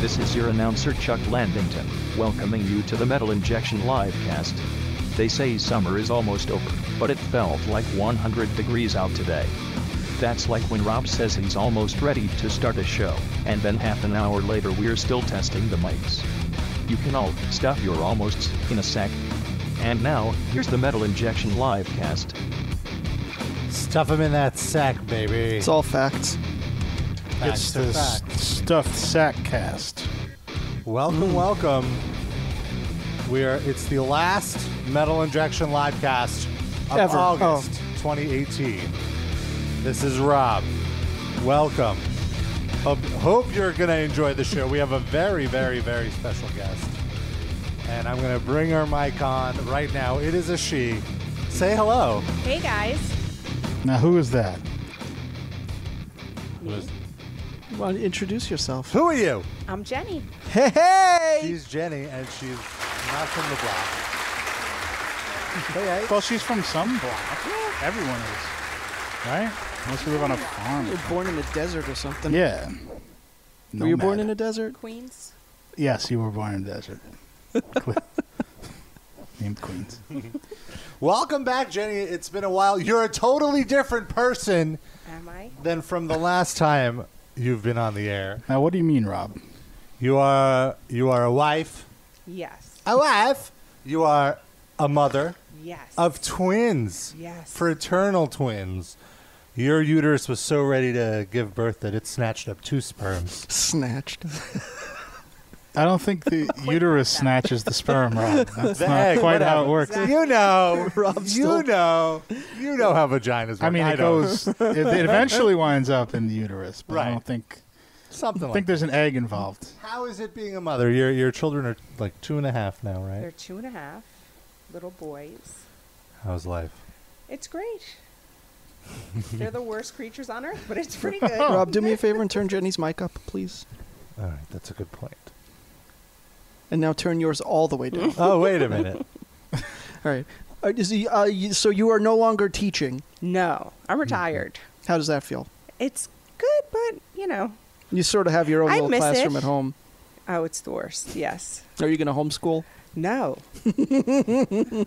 This is your announcer Chuck Landington, welcoming you to the Metal Injection Livecast. They say summer is almost over, but it felt like 100 degrees out today. That's like when Rob says he's almost ready to start a show, and then half an hour later we're still testing the mics. You can all stuff your almosts in a sec. And now, here's the Metal Injection Livecast. Stuff them in that sack, baby. It's all facts. Facts It's are the s- facts. stuffed sack cast. Welcome, welcome. We are. It's the last Metal Injection livecast of Ever. August 2018. This is Rob. Welcome. Hope, hope you're gonna enjoy the show. We have a very, very, very special guest, and I'm gonna bring her mic on right now. It is a she. Say hello. Hey guys. Now, who is that? Well, introduce yourself. Who are you? I'm Jenny. Hey, hey! She's Jenny, and she's not from the block. Hey, hey. Well, she's from some block. Everyone is, right? Unless you live on a farm. You were born in the desert or something. Yeah. Were you born in a desert? Queens. Yes, you were born in a desert. Que- Named Queens. Welcome back, Jenny. It's been a while. You're a totally different person Am I? than from the last time you've been on the air. Now, what do you mean, Rob? You are you are a wife. Yes. A wife. You are a mother Yes. of twins. Yes. Fraternal twins. Your uterus was so ready to give birth that it snatched up two sperms. Snatched. I don't think the uterus snatches the sperm, Rob. That's The not egg, quite how it whatever. works. Exactly. You know, Rob's you still- know, you know how vaginas work. I mean, it don't. goes. It, it eventually winds up in the uterus, but I Right. don't think. something I like think that. there's an egg involved. How is it being a mother? Your your children are like two and a half now, right? They're two and a half little boys. How's life? It's great. They're the worst creatures on earth, but it's pretty good. Rob, do me a favor and turn Jenny's mic up, please. All right, that's a good point. And now turn yours all the way down. Oh, wait a minute. all right. Uh, is he, uh, you- so you are no longer teaching. no, I'm retired. How does that feel? It's good, but you know, You sort of have your own I little miss classroom it. at home. oh, it's the worst. Yes. Are you going to homeschool? No. Are you going to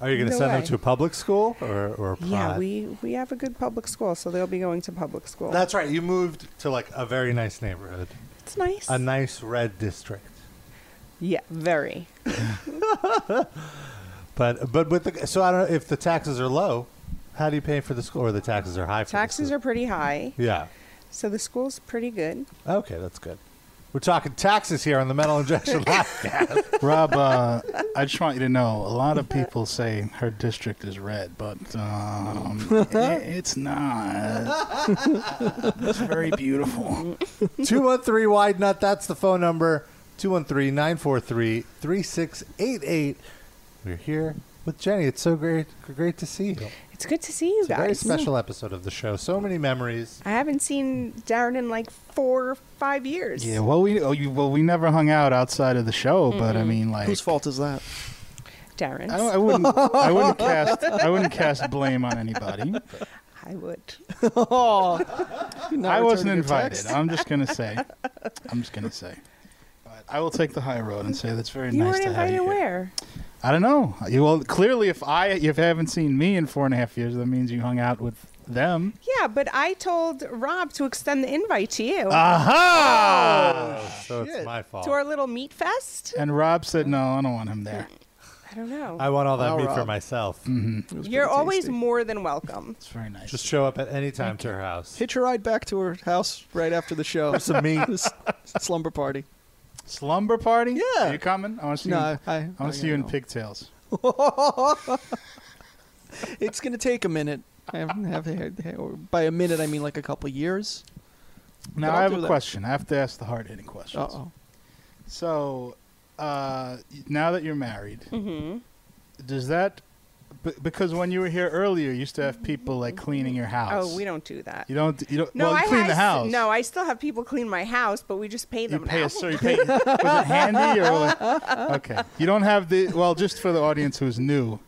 No send them way. to a public school or or a private? Yeah, we we have a good public school, so they'll be going to public school. That's right. You moved to like a very nice neighborhood, it's nice. a nice red district. yeah, very. But but with the so I don't know if the taxes are low, how do you pay for the school or the taxes are high? For Taxes are pretty high, yeah. so the school's pretty good. Okay, that's good. We're talking taxes here on the metal injection podcast. Rob, uh, I just want you to know a lot of people say her district is red, but um, i- it's not. it's very beautiful. Two one three wide nut. That's the phone number. 213-943-3688. We're here with Jenny. It's so great, great to see you. It's good to see you It's a guys. very special episode of the show. So many memories. I haven't seen Darren in like four or five years. Yeah, well, we oh, you, well we never hung out outside of the show, but I mean, like, Whose fault is that? Darren's. I, don't, I wouldn't, I wouldn't cast, I wouldn't cast blame on anybody. I would. oh, you're not I wasn't returning your invited. text. I'm just gonna say, I'm just gonna say, but I will take the high road and say that's very you nice weren't to have invited you where? here. I don't know. You, well, clearly, if I if you haven't seen me in four and a half years, that means you hung out with them. Yeah, but I told Rob to extend the invite to you Aha! so it's Oh, shit. my fault. to our little meat fest. And Rob said, "No, I don't want him there. Mm-hmm. I don't know. I want all that Wow, meat for Rob. myself. It was You're pretty always tasty. more than welcome. It's very nice." Just show up at any time to her house. Hitch a ride back to her house right after the show. Have some meat. This slumber party. slumber party. Yeah. Are you coming? I want to see. No, you, I- I- want to I see you in know. pigtails. It's gonna take a minute. I haven't have had- or by a minute I mean like a couple years. Now I'll I have do a that. question. I have to ask the hard hitting questions. Uh oh. So, uh, now that you're married, Mm-hmm. does that? b- Because when you were here earlier, you used to have people like cleaning your house. Mm-hmm. Oh, we don't do that. You don't. You don't. no, well, you I clean I the s- house. No, I still have people clean my house, but we just pay You them pay now. a so you pay. was it handy or what? okay? You don't have the well. Just for the audience who's new,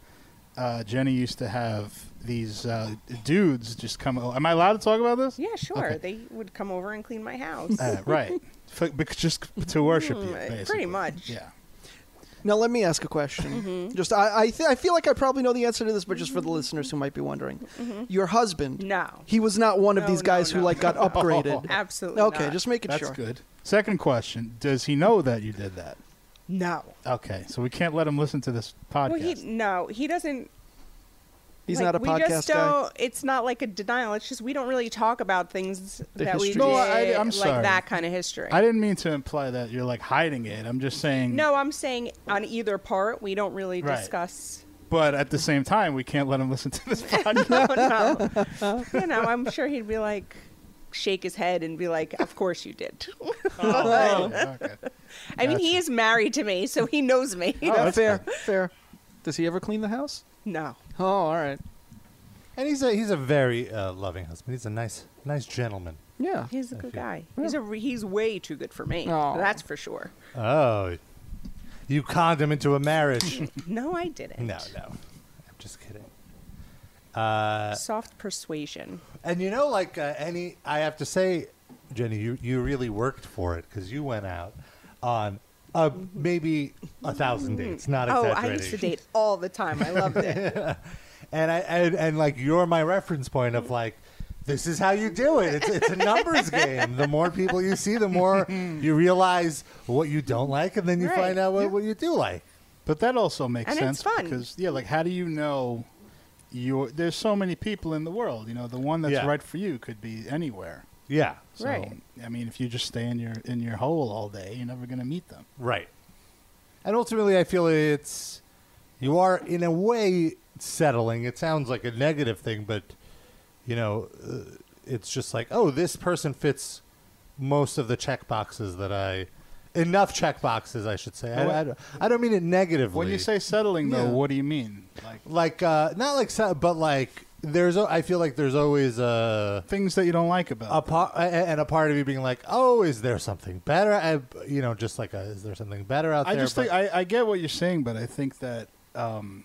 uh, Jenny used to have these uh, dudes just come. o- Am I allowed to talk about this? Yeah, sure. Okay. They would come over and clean my house. Uh, right. For, bec- just to worship you, Mm, uh, basically. pretty much. Mm-hmm. Yeah. Now let me ask a question. Mm-hmm. Just I I, th- I feel like I probably know the answer to this, but just for the listeners who might be wondering, your husband, Mm-hmm. No. he was not one of No, these no, guys who no, like no, got no. upgraded. Absolutely. okay, not. just making That's sure. good. Second question: Does he know that you did that? no. Okay, so we can't let him listen to this podcast. Well, he no, he doesn't. He's like, not a we podcast just guy. don't, It's not like a denial. It's just we don't really talk about things The that we did, history. No, I- I'm like sorry. that kind of history. I didn't mean to imply that you're like hiding it. I'm just saying. no, I'm saying on either part, we don't really Right. discuss. But at the same time, we can't let him listen to this podcast. No, no. you know, I'm sure he'd be like, shake his head and be like, "Of course you did." oh, okay. I mean, he Gotcha. is married to me, so he knows me. Oh, Yeah, that's fair, fair. Does he ever clean the house? no. Oh, all right. And he's a he's a very uh, loving husband. He's a nice nice gentleman. Yeah. He's a good Okay. guy. He's a re- he's way too good for me. Aw. That's for sure. Oh, you conned him into a marriage. No, I didn't. no, no, I'm just kidding. Uh, Soft persuasion. and you know, like uh, any, I have to say, Jenny, you you really worked for it because you went out on uh, maybe a thousand dates. Not Oh, exaggerating. I used to date all the time. I loved it. and I and, and like you're my reference point of like this is how you do it. It's, it's a numbers game. The more people you see, the more you realize what you don't like, and then you Right. find out what, what you do like. But that also makes And it's sense fun. because yeah, like how do you know you there's so many people in the world, you know, the one that's Yeah. right for you could be anywhere. Yeah, So, Right. I mean, if you just stay in your in your hole all day, you're never going to meet them. right. And ultimately, I feel it's you are in a way settling. It sounds like a negative thing, but you know, uh, it's just like oh, this person fits most of the check boxes that I. Enough check boxes, I should say. I, I, don't- I don't mean it negatively. When you say settling though, Yeah. what do you mean? Like like uh not like sa- but like there's a- I feel like there's always a things that you don't like about. a them. part and a part of you being like oh is there something better I you know just like a, is there something better out I there just think I, I get what you're saying, but I think that um,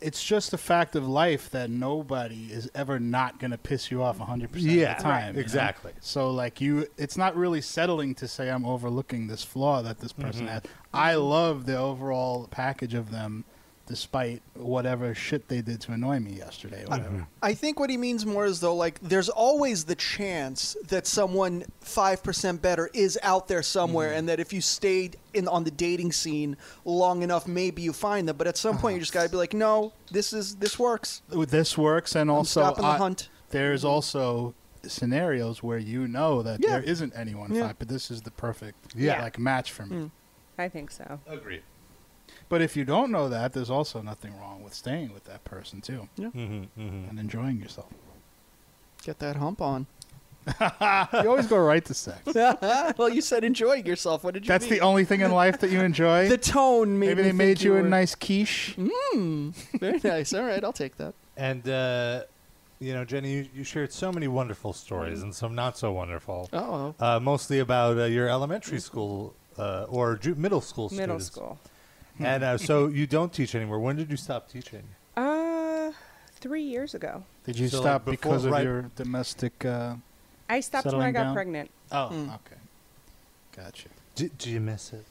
it's just a fact of life that nobody is ever not going to piss you off 100% Yeah, of right, the time. you know? exactly. So, like, you, it's not really settling to say I'm overlooking this flaw that Mm-hmm. this person has. I love the overall package of them despite whatever shit they did to annoy me yesterday. Whatever. I think what he means more is though, like, there's always the chance that someone five percent better is out there somewhere, and that if you stayed in on the dating scene long enough, maybe you find them. But at some point, you just gotta be like, no, this is this works. this works and also stopping the I- hunt. Mm-hmm. there's also scenarios where you know that Yeah. there isn't anyone Yeah. Mm. fine, but this is the perfect Yeah. like match for me. I think so. agree But if you don't know that, there's also nothing wrong with staying with that person too Mm-hmm, and enjoying yourself. Get that hump on. You always go right to sex. well, you said enjoying yourself. What did you? That's mean? the only thing in life that you enjoy. The tone made Maybe me they think made you, you a were- Mm. nice quiche. Very nice. All right, I'll take that. and uh you know Jenny you, you shared so many wonderful Mm. stories and some not so wonderful Oh, uh, mostly about uh, your elementary school uh, or ju- middle school Mm. Middle students. school. Hmm. and uh, so you don't teach anymore when did you stop teaching Uh, three years ago, Did you So, like, stop before- because of right- your domestic? Uh, I stopped when I Settling got down? pregnant. Hmm. oh, Mm. okay, gotcha. do, do you miss it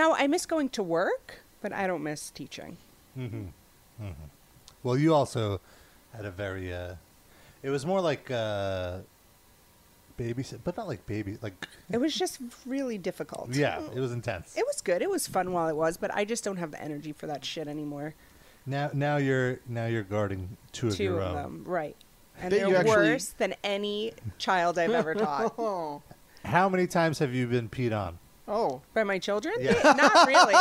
No, I miss going to work, but I don't miss teaching. Mm-hmm. Well, you also had a very. Uh, it was more like uh, babysit, but not like baby. Like It was just really difficult. yeah, it was intense. It was good. It was fun while it was, but I just don't have the energy for that shit anymore. now, now you're now you're guarding two of Two your of own. them, um, right? That And they're you actually- worse than any child I've ever taught. oh, How many times have you been peed on? oh. By my children? Yeah. Not really.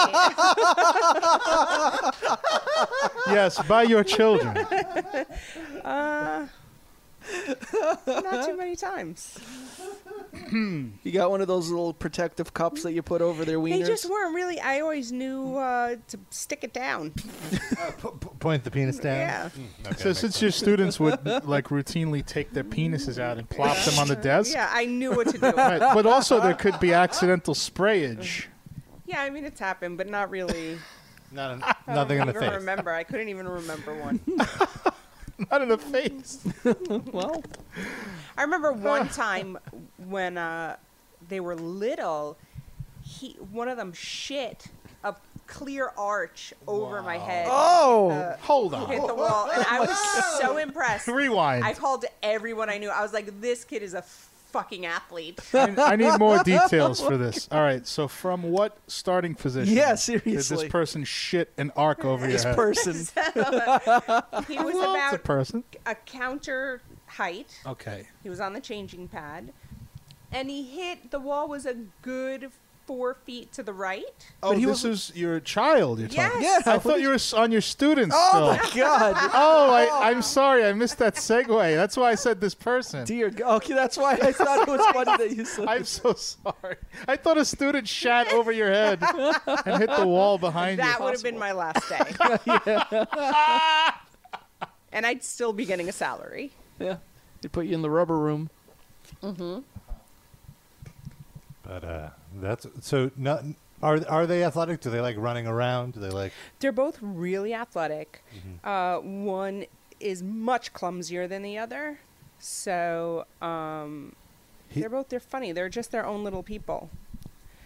yes, by your children. Uh, Not too many times. You got one of those little protective cups that you put over their wieners. They just weren't really. I always knew uh, to stick it down. P- p- Uh, point the penis down. Mm, Yeah. so since your students would like routinely take their penises out and plop them on the desk, Yeah, I knew what to do. right, but also there could be accidental sprayage. Yeah, I mean, it's happened, but not really. Not a, nothing in I the don't even face. remember. I couldn't even remember one. Not in the face. well, I remember one time when uh, they were little, he one of them shit a clear arch over my head. Oh, Hold uh, Hit on. the wall, and I was so impressed. Rewind. I called everyone I knew. I was like, "This kid is a fucking athlete." I, I need more details for this. All right. So, from what starting position? Yeah, Did seriously. this person shit an arc over your this head? person. He was It's a about person. a counter height. Okay. He was on the changing pad, and he hit the wall. Was a good four feet to the right. Oh, he this is your child. You're talking. Yes. I thought you were s- on your students. Oh still. my God, Oh, I, I'm sorry. I missed that segue. That's why I said this person. dear. God. Okay, that's why I thought it was funny that you said. I'm so sorry. I thought a student shat over your head and hit the wall behind you. That would have been my last day. and I'd still be getting a salary. Yeah. They put you in the rubber room. But uh, that's so. Not, are are they athletic? Do they like running around? Do they like? They're both really athletic. Mm-hmm. Uh, one is much clumsier than the other. So um, He- they're both, they're funny. They're just their own little people.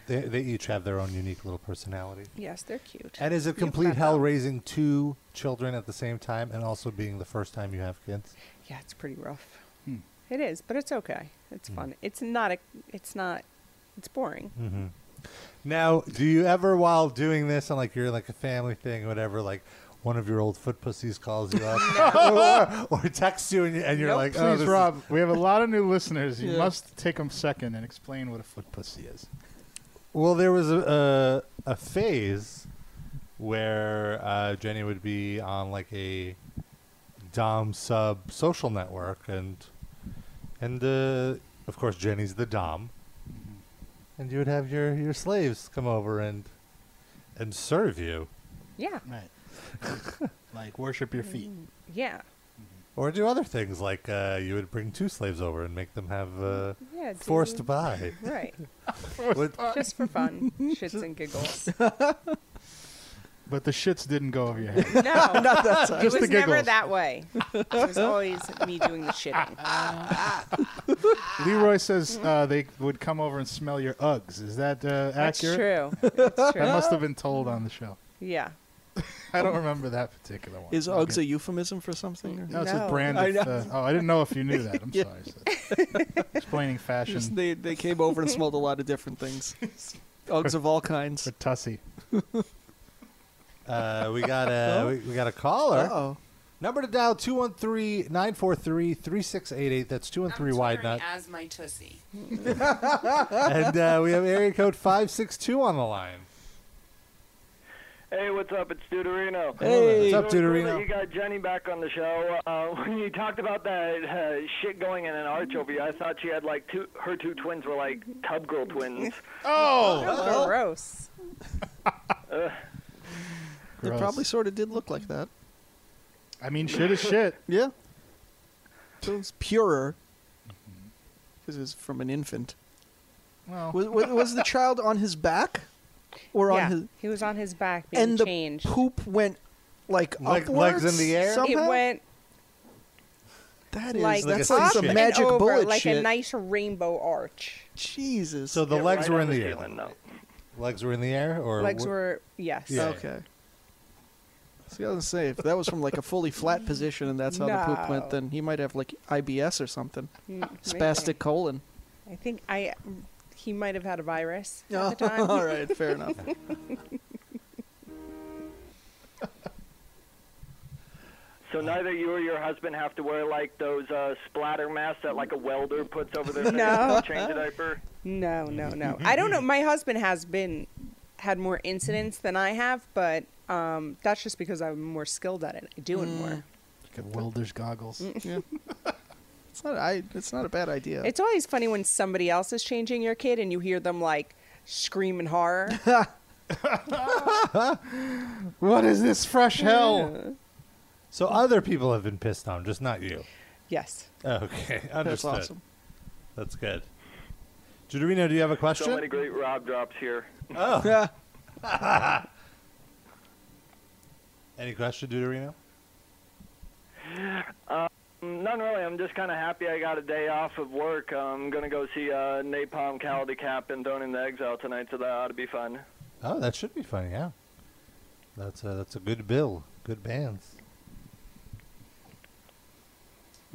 They they each have their own unique little personality. Yes, they're cute. And is it complete hell raising two children at the same time and also being the first time you have kids? Yeah, it's pretty rough. Hmm. It is, but it's okay. It's fun. It's not, a, it's not, it's boring. Now, do you ever, while doing this, and like you're in, like a family thing or whatever, like one of your old foot pussies calls you up or, or texts you and, you- and you're Nope. like, oh, Please, this is- Rob, we have a lot of new listeners. You must take them second and explain what a foot pussy is. Well, there was a a, a phase where uh, Jenny would be on like a dom sub social network, and and uh, of course Jenny's the dom, Mm-hmm. and you would have your your slaves come over and and serve you Yeah, Right. like worship your feet. yeah. Mm-hmm. or do other things like uh, you would bring two slaves over and make them have uh, Yeah, forced dude. by. Right. Would- Just for fun. Shits and giggles. But the shits didn't go over your head. No, not that Just it the was never giggles. that way. It was always me doing the shitting. Ah. Leroy Mm-hmm. says uh, they would come over and smell your Uggs. Is that uh, That's accurate? true. That's I true. must have been told on the show. Yeah. I don't remember that particular one. Is Uggs Okay. a euphemism for something? Or? No, it's a No. brand. I Of, know. uh, oh, I didn't know if you knew that. I'm sorry. So- Explaining fashion Just they, they came over and smelled a lot of different things. Uggs of all kinds. for Tussie. Uh, we got a we, we got a caller. Uh-oh. Number to dial 213-943-3688. That's 213 wide nut. as my tussie. and uh, we have area code 562 on the line. Hey, what's up? It's Deuterino. What's Hey. up, So it's cool that Deuterino? You got Jenny back on the show. Uh, when you talked about that uh, shit going in an arch over you, I thought she had like two. Her two twins were like tub girl twins. Oh, Gross. Uh, They probably sort of did look like that. I mean, shit is shit. Yeah. So it was purer. Mm-hmm. Because it was from an infant. Well, Was, was, was the child on his back, or Yeah. on his? He was on his back being And the changed. poop went like Leg- upwards legs in the air? It Somehow? It went that is like Like a up sea and shit. magic over, bullet like shit. a nice rainbow arch. Jesus. So the Yeah, legs right were on in the, the air. ceiling, though. Legs were in the air, or Legs wh- were yes. Yeah. Okay. See, I was gonna say if that was from like a fully flat position and that's how the poop went, No. then he might have like IBS or something, Mm, spastic colon. I think I he might have had a virus at the time. All right, fair enough. So neither you or your husband have to wear like those uh, splatter masks that like a welder puts over their face No. to change a diaper. No, no, no. I don't know. My husband has been had more incidents than I have, but um, that's just because I'm more skilled at it. I do it more. Got welder's goggles. Mm. Yeah. It's not. I. It's not a bad idea. It's always funny when somebody else is changing your kid and you hear them like scream in horror. What is this fresh hell? So other people have been pissed on, just not you. yes. Okay, understood. that's awesome. That's good. Juderino, do you have Oh. a question? So many great Rob drops here. oh. Any question, Deuterino? None Um, really. I'm just kind of happy I got a day off of work. I'm gonna go see uh, Napalm Cal Cap and Thrown into Exile tonight, so that ought to be fun. Oh, that should be funny. Yeah, that's a that's a good bill. Good bands.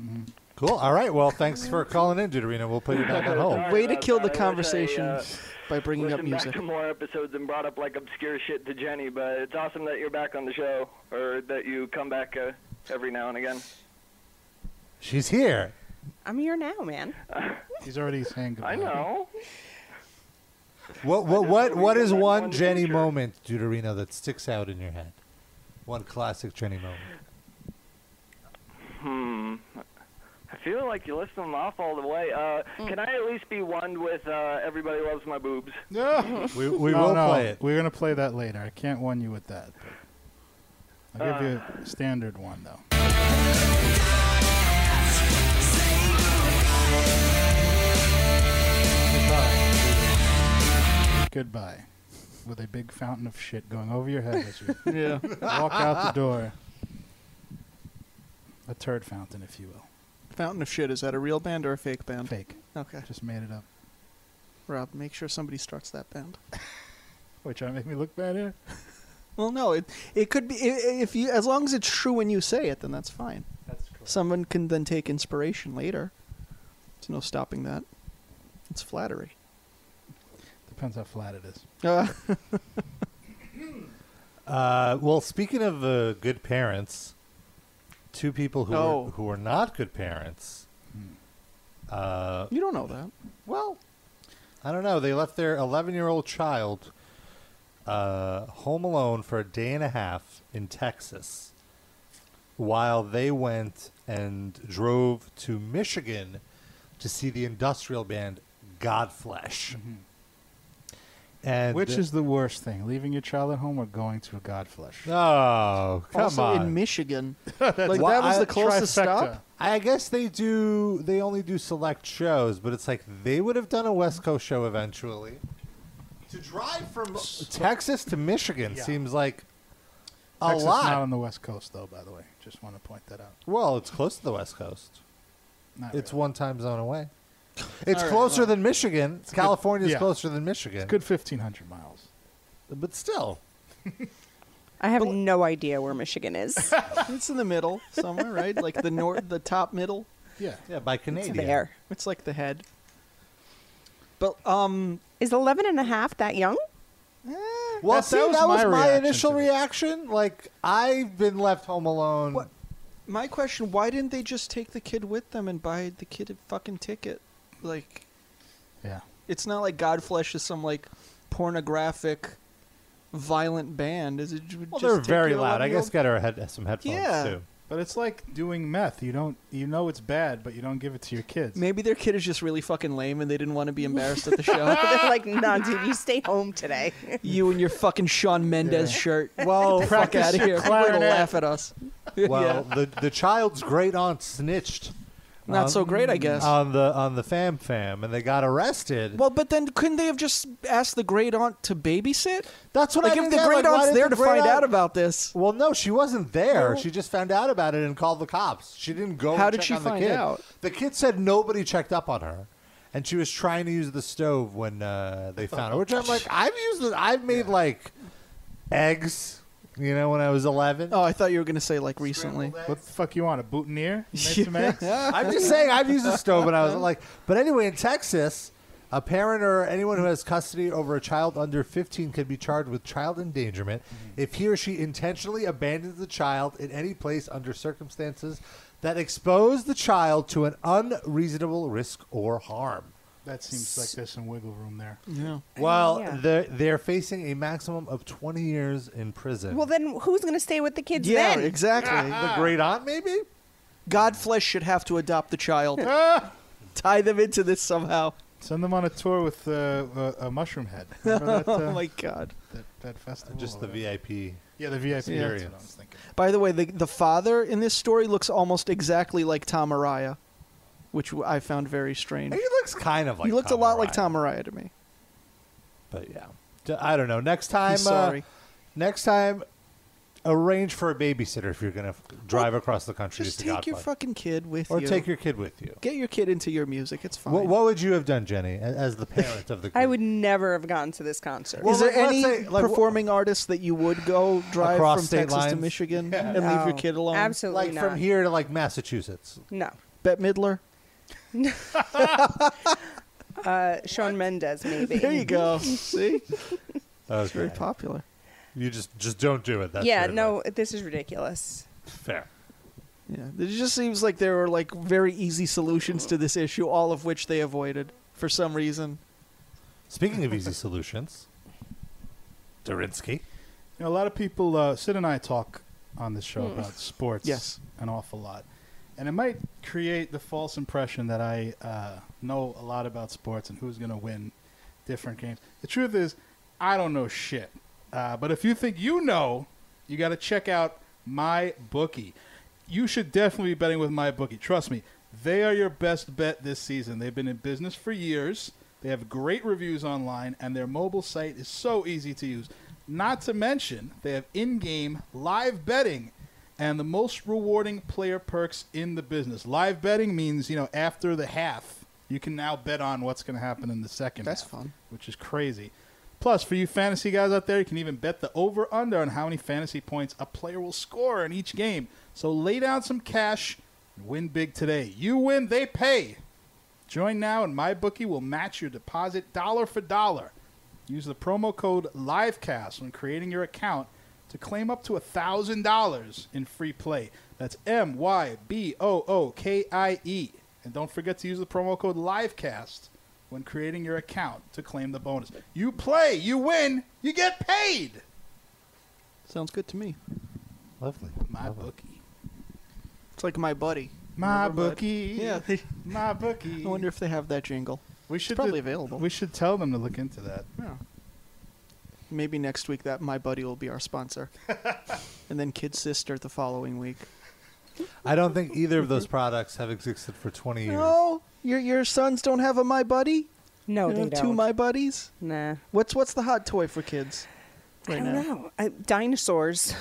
Mm-hmm. Cool. All right. Well, thanks for calling in, Deuterino. We'll put you back on hold. Sorry Way to about kill the that. I wish I, conversation uh, by bringing up listened music. back to more episodes and brought up like obscure shit to Jenny, but it's awesome that you're back on the show or that you come back uh, every now and again. She's here. I'm here now, man. He's already saying goodbye. I know. What what just what hope what we is get that one one Jenny feature. moment, Deuterino, that sticks out in your head? One classic Jenny moment. Hmm. I feel like you listed them off all the way. Uh, Can I at least be one with uh, Everybody Loves My Boobs? No. We we No, will no, play it. We're gonna play that later. I can't one you with that. but I'll give you a standard one though. Goodbye. With a big fountain of shit going over your head as you Yeah. walk out the door. A turd fountain, if you will. Fountain of Shit, is that a real band or a fake band? Fake. Okay. Just made it up. Rob, make sure somebody starts that band. Which trying to make me look bad here? Well, no, it it could be i- i- if you as long as it's true when you say it, then that's fine. That's cool. Someone can then take inspiration later. There's no stopping that. It's flattery. Depends how flat it is. Uh, Uh, well, speaking of uh, good parents, two people who Oh. Hmm. were, who were not good parents. Uh, you don't know that. well, I don't know. They left their 11 year old child uh, home alone for a day and a half in Texas, while they went and drove to Michigan to see the industrial band Godflesh. Mm-hmm. And Which the- is the worst thing, leaving your child at home or going to a godflesh? oh come also on in Michigan. like that Why- was I- the closest trifecta. stop. I guess they do. They only do select shows, but it's like they would have done a West Coast show eventually. To drive from Texas to Michigan seems like a Texas lot. not on the West Coast, though, by the way. Just want to point that out. well, it's close to the West Coast. Not It's really. one time zone away. It's closer than Michigan. California's yeah. closer than Michigan. good 1,500 miles. but still. I have no idea where Michigan is. It's in the middle somewhere, right? Like the north, the top middle. Yeah. Yeah, by Canadian. there. It's like the head. But um, Is 11 and a half that young? Well, That- see, that was my reaction initial to it. reaction. Like I've been left home alone. What? my question: Why didn't they just take the kid with them and buy the kid a fucking ticket? Like, Yeah. it's not like Godflesh is some like pornographic, violent band. Is it? Well, just they're take very your loud. I guess Getter 11-year-old had some headphones Yeah. too. But it's like doing meth. You don't, you know it's bad, but you don't give it to your kids. Maybe their kid is just really fucking lame, and they didn't want to be embarrassed at the show. They're like, nah, dude, you stay home today. you and your fucking Sean Mendez shirt. Well, Get the fuck out of here! People are gonna clarinet. laugh at us. well, the the child's great aunt snitched yeah. not so great, I guess. on the on the fam fam, and they got arrested. well, but then couldn't they have just asked the great aunt to babysit? that's what I Like if didn't the get, great like, why aunt's did there the to great find out aunt- about this, Well, no, she wasn't there. Well- she just found out about it and called the cops. She didn't go. How and did check she on the find kid. out? The kid said nobody checked up on her, and she was trying to use the stove when uh, they found her. Which I'm like, I've used. it. I've made like eggs. You know, when I was 11. oh, I thought you were gonna say like recently. What the fuck you want? A boutonniere? You made some eggs? I'm just saying I've used a stove when I was like, but anyway, in Texas, a parent or anyone who has custody over a child under 15 can be charged with child endangerment Mm-hmm. if he or she intentionally abandons the child in any place under circumstances that expose the child to an unreasonable risk or harm. That seems like there's some wiggle room there. Yeah. Well, yeah. they're, they're facing a maximum of 20 years in prison. Well, then who's going to stay with the kids Yeah, then? exactly. the great aunt, maybe? Godflesh should have to adopt the child. Ah. Tie them into this somehow. Send them on a tour with uh, a, a mushroom head. Remember that, Oh uh, my god. that, that festival? Just the or whatever? VIP. Yeah, the VIP Yeah. area. I was thinking. By the way, the the father in this story looks almost exactly like Tom Araya, which w- I found very strange. He looks kind of like he looked Tom a lot like Araya. Tom Araya to me. But yeah, D- I don't know. Next time, sorry. Uh, next time, arrange for a babysitter if you're going to drive across the country. Just to take your Godfather. fucking kid with or you. take your kid with you. Get your kid into your music. It's fine. What, what would you have done, Jenny, a- as the parent of the? Group? I would never have gone to this concert. Well, Is there like, let's any say, like, wh- performing artists that you would go drive Across from state Texas to lines? Michigan Yeah. and leave your No, kid alone? Absolutely like not. from here to like Massachusetts. No. Bette Midler. Uh, Sean Mendez, maybe. There you go. See, That very popular. You just just don't do it. That's yeah, your no, advice. this is ridiculous. fair. Yeah, it just seems like there were like very easy solutions to this issue, all of which they avoided for some reason. Speaking of easy solutions, Durinsky. You know, a lot of people, uh, Sid and I talk on this show about sports Yes. an awful lot. And it might create the false impression that I uh, know a lot about sports and who's going to win different games. The truth is, I don't know shit. Uh, but if you think you know, you got to check out my bookie. You should definitely be betting with my bookie. Trust me, they are your best bet this season. They've been in business for years. They have great reviews online, and their mobile site is so easy to use. Not to mention, they have in-game live betting and the most rewarding player perks in the business. Live betting means, you know, after the half, you can now bet on what's going to happen in the second That's half, fun. which is crazy. Plus, for you fantasy guys out there, you can even bet the over under on how many fantasy points a player will score in each game. So lay down some cash and win big today. You win, they pay. Join now, and MyBookie will match your deposit dollar for dollar. Use the promo code LIVECAST when creating your account to claim up to $1,000 in free play. That's M Y B O O K I E. And don't forget to use the promo code LIVECAST when creating your account to claim the bonus. You play, you win, you get paid. Sounds good to me. Lovely. My Lovely. bookie. It's like my buddy. My Remember Bud? bookie. Yeah, they, My bookie. I wonder if they have that jingle. we should probably available. We should tell them to look into that. Yeah. Maybe next week that my buddy will be our sponsor, and then Kid Sister the following week. I don't think either of those products have existed for 20 years. No, your your sons don't have a my buddy. No, You they have don't. two my buddies. nah. What's what's the hot toy for kids? I Right don't now, know. I, dinosaurs.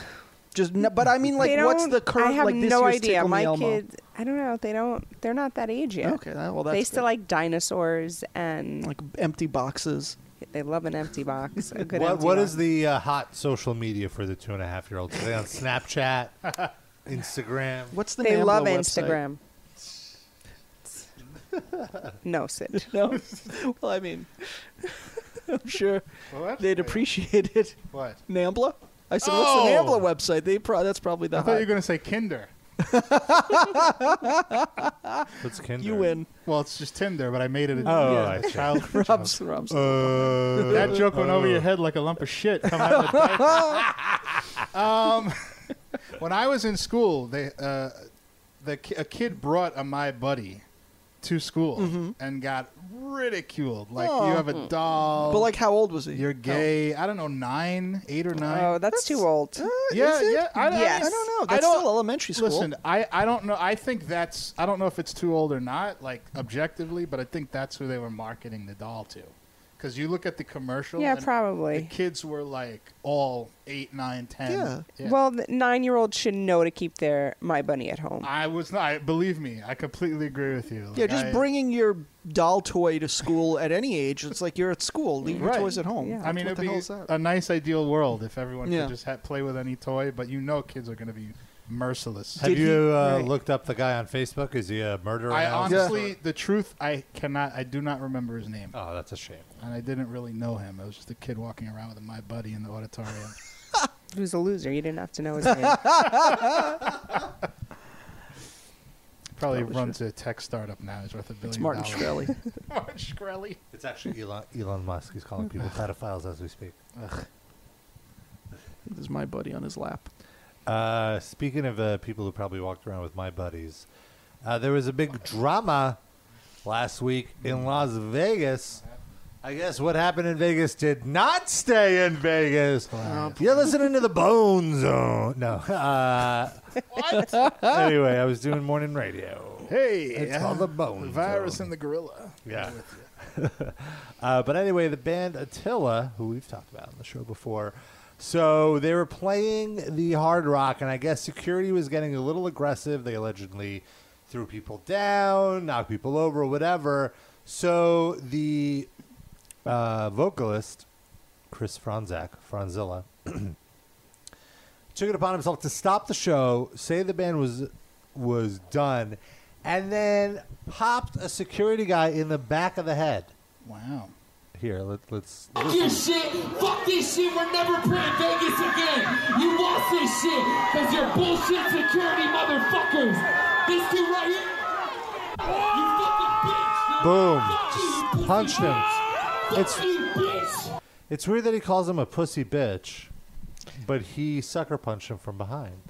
just n- but I mean, like, they what's don't- the current? I have like, this no year's idea. Tickle Me My Elmo? kids, I don't know. They don't. They're not that age yet. Okay, that- well, that's they still good. like dinosaurs and like empty boxes. they love an empty box. A good What, empty what box. is the uh, hot social media for the two and a half year olds? Are they on Snapchat, Instagram? What's the They NAMBLA love website? Instagram. no, Sid. No, well, I mean, I'm sure Well, that's they'd weird. appreciate it. What? Nambla. I said, Oh! what's the Nambla website? They pro- that's probably the I hot. thought you were going to say Kinder. What's Kinder? You win, Well, it's just Tinder, but I made it a Oh, yeah, I see. child. Rob's. Rob's. Uh, that joke went over your head like a lump of shit. coming out of the diaper. um, when I was in school, they uh, the ki- a kid brought a my buddy to school Mm-hmm. and got ridiculed. Like you have Mm. a doll, Oh. Mm. but like, how old was he? you're gay. I don't know, nine, eight or nine. Oh, that's, too old. yeah, is it? yeah. I, I- Yes. I don't know. I That's don't- still elementary school. Listen, I, I don't know. I think that's I don't know if it's too old or not, like objectively, but I think that's who they were marketing the doll to. Because you look at the commercial, Yeah, and The probably. kids were like all eight, nine, ten. Yeah. Well, the nine-year-old should know to keep their my bunny at home. I was not. I- Believe me, I completely agree with you. yeah, Like, just I- bringing your doll toy to school at any age, it's like you're at school. Leave Right. your toys at home. Yeah. I mean, what it'd the hell be is that? a nice ideal world if everyone Yeah. could just ha- play with any toy, but you know, kids are going to be merciless. Have Did you he- uh, right. looked up the guy on Facebook? Is he a murderer? I now? honestly, the truth, I cannot. I do not remember his name. Oh, that's a shame. and I didn't really know him. I was just a kid walking around with my buddy in the auditorium. He was a loser. You didn't have to know his name. Probably runs a tech startup now. He's worth a billion. It's Martin dollars. Shkreli. Martin Shkreli. It's actually Elon, Elon Musk. He's calling people pedophiles as we speak. There's my buddy on his lap. Uh, speaking of uh, people who probably walked around with my buddies, uh, there was a big drama last week in Las Vegas. I guess what happened in Vegas did not stay in Vegas. You're listening to the Bone Zone. No. Uh, what? Anyway, I was doing morning radio. Hey, It's called the Bone virus Zone. and the gorilla. Yeah. uh, but anyway, the band Attila, who we've talked about on the show before, So they were playing the Hard Rock, and I guess security was getting a little aggressive. They allegedly threw people down, knocked people over, whatever. So the uh, vocalist, Chris Franzak, Franzilla, took it upon himself to stop the show, say the band was was done, and then popped a security guy in the back of the head. Wow. Here, let, let's. Fuck your shit. Fuck this shit. We're never playing Vegas again. You lost this shit because you're bullshit security motherfuckers. This dude right here. You fucking bitch. Boom. Fuck you, you pussy Punched him. bitch. It's- Fuck you, bitch. It's weird that he calls him a pussy bitch, but he sucker punched him from behind.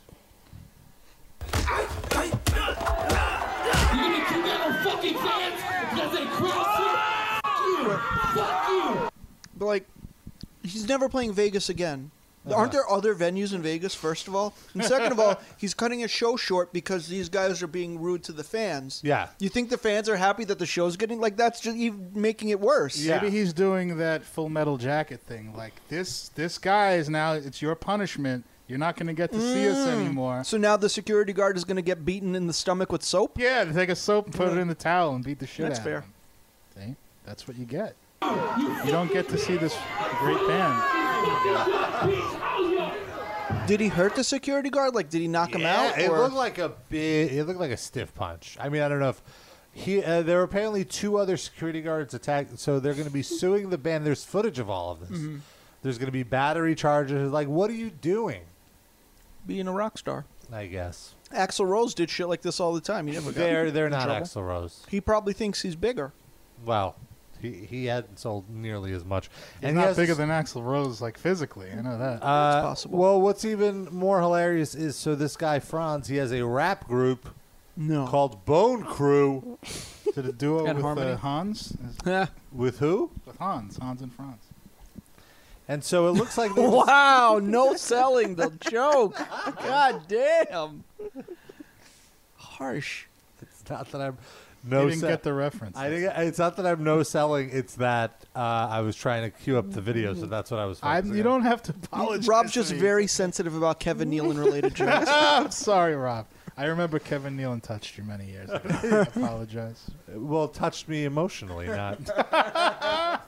You're gonna kick out our fucking fans because they crossed you. Fuck you. Fuck you. But like, He's never playing Vegas again. Uh-huh. Aren't there other venues in Vegas, first of all? And second of all, he's cutting a show short because these guys are being rude to the fans. Yeah. You think the fans are happy that the show's getting like that's just even making it worse. Yeah. Maybe he's doing that full metal jacket thing. Like this this guy is now it's your punishment. You're not gonna get to see us Mm. anymore. So now the security guard is going to get beaten in the stomach with soap? Yeah, they take a soap and put it in the towel and beat the shit That's out fair. of him. See? That's what you get. You don't get to see this great band. Did he hurt the security guard? Like, did he knock him out? It or- looked like a big. It looked like a stiff punch. I mean, I don't know if he. Uh, there were apparently two other security guards attacked, so they're going to be suing the band. There's footage of all of this. Mm-hmm. There's going to be battery charges. Like, what are you doing? being a rock star. I guess Axl Rose did shit like this all the time. He never got. they're they're not trouble. Axl Rose. He probably thinks he's bigger. Well, he he hadn't sold nearly as much. He's and he not has- bigger than Axl Rose, like physically. I know that. Uh, It's possible. Well, what's even more hilarious is so this guy Franz, he has a rap group No. called Bone Crew Did it duo And with Harmony. uh, Hans? Is- Yeah. with who? With Hans, Hans and Franz. And so it looks like they just- wow, no selling the joke. God damn. Harsh. it's not that I'm You no didn't se- get the reference. I think it's not that I'm no selling. It's that uh, I was trying to queue up the video, so that's what I was. I, focusing you on. don't have to apologize. Rob's to just me. very sensitive about Kevin Nealon related jokes. I'm sorry, Rob. I remember Kevin Nealon touched you many years ago. I apologize. well it touched me emotionally, not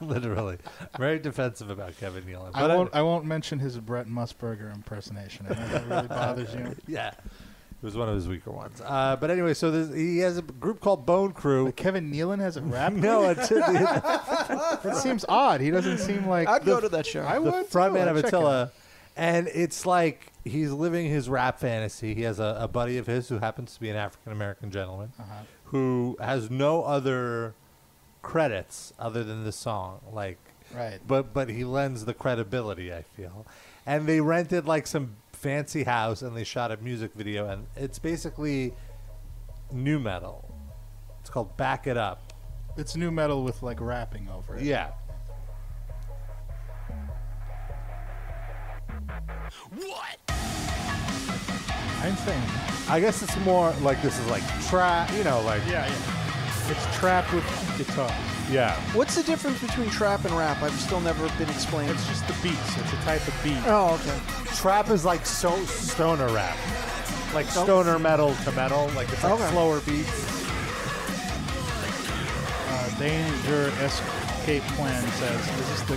literally. I'm very defensive about Kevin Nealon. I but won't. I won't mention his Brett Musburger impersonation. I know that really bothers you. yeah, it was one of his weaker ones. Uh, but anyway, so there's, he has a group called Bone Crew. But Kevin Nealon has a rap. No, it's, the- that seems odd. He doesn't seem like. I'd go to that show. I the would. front too. man I'd of check it out. Attila, and it's like he's living his rap fantasy. He has a, a buddy of his who happens to be an African American gentleman Uh-huh. who has no other credits other than the song. Like, Right. But but he lends the credibility. I feel, and they rented like some fancy house and they shot a music video, and it's basically new metal. It's called Back It Up. It's new metal with like rapping over it. Yeah. I'm saying. I guess it's more like this is like trap, you know, like Yeah, yeah. It's trap with guitar. yeah. What's the difference between trap and rap? I've still never been explained. It's just the beats. It's a type of beat. Oh, okay. Trap is like so stoner rap, like stoner metal to metal, like it's like Okay. slower beats. Uh, Danger Escape Plan says, "Is this the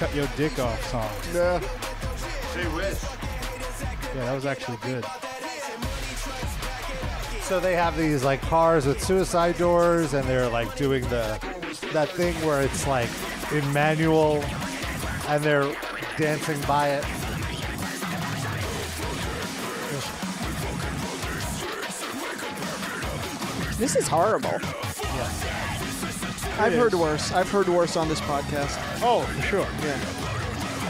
cut your dick off song?" Yeah. Yeah, that was actually good. So they have these like cars with suicide doors, and they're like doing the that thing where it's like in manual, and they're dancing by it. This is horrible. I've heard worse. I've heard worse on this podcast. Oh, for sure.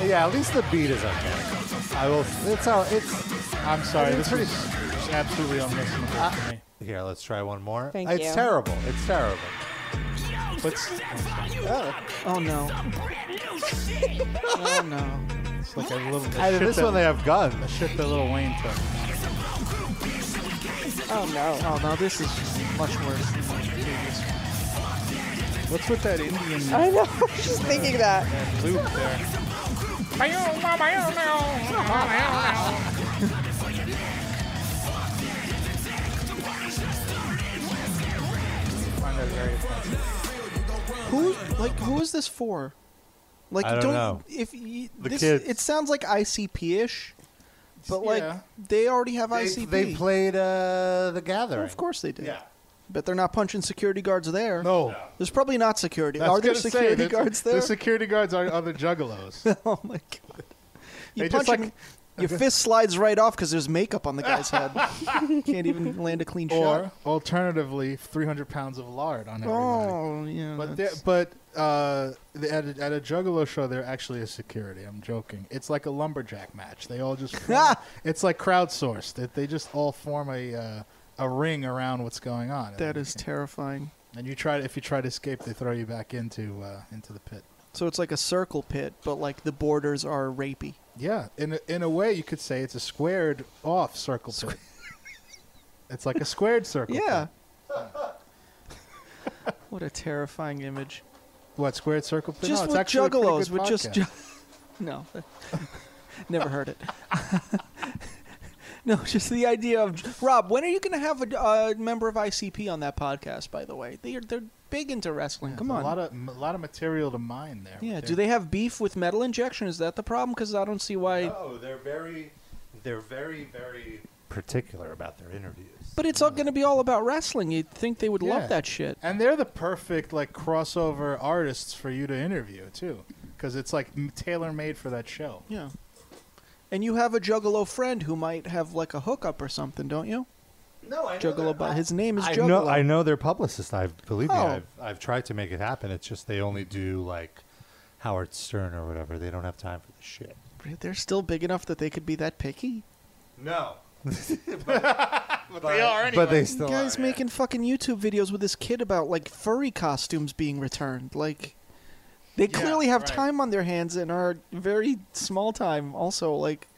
Yeah, at least the beat is okay. I will. It's how it's. Uh, I'm sorry. This is just absolutely unlistenable for me. Here, let's try one more. Thank it's you. terrible. It's terrible. But s- Oh no. oh no. it's like a little. the And in shit this that- one, they have guns. the shit that little Wayne took. Oh no. Oh no. This is much worse. What's with that Indian I know. I was just thinking that. loop there? find that very offensive. Who like who is this for? Like I don't know. if you, The this, kids. it sounds like ICP ish, but like Yeah. they already have They, ICP. they played uh, The Gathering. Well, of course they did. Yeah. But they're not punching security guards there. No. There's probably not security. That's are there gonna say, security that's- guards there? The security guards are, are the juggalos. oh my god! You They punch just him, like- your fist slides right off because there's makeup on the guy's head. Can't even land a clean or shot. alternatively, 300 pounds of lard on everybody. Oh yeah. But there, that's- but uh, the- at a, at a Juggalo show, there actually is security. I'm joking. It's like a lumberjack match. They all just form, it's like crowdsourced. They, they just all form a uh, a ring around what's going on. that and, is terrifying. And you try if you try to escape, they throw you back into uh, into the pit. So it's like a circle pit, but like the borders are rapey. Yeah, in a, in a way, you could say it's a squared off circle pit. it's like a squared circle. Yeah. pit. what a terrifying image. What squared circle pit? just no, it's with actually a pretty juggalos, good with just podcast. ju- no, never heard it. no, just the idea of Rob. When are you going to have a uh, member of ICP on that podcast? By the way, they're they're big into wrestling. Come on, There's a lot of m- a lot of material to mine there. yeah. Right Do there. they have beef with metal injection? Is that the problem? Because I don't see why. Oh, they're very, they're very, very particular about their interviews. But it's all going to be all about wrestling. You'd think they would Yeah. love that shit. And they're the perfect like crossover artists for you to interview too, because it's like tailor made for that show. Yeah. And you have a juggalo friend who might have like a hookup or something, don't you? No, I Juggalo, but his name is I Juggalo. know, I know their publicist. I believe Oh. me. I've, I've tried to make it happen. It's just they only do like Howard Stern or whatever. They don't have time for this shit. They're still big enough that they could be that picky. No. but, they are anyway. But they still guy's are, yeah. making fucking YouTube videos with this kid about like furry costumes being returned. Like, they clearly have right. time on their hands and are very small time. Also, like,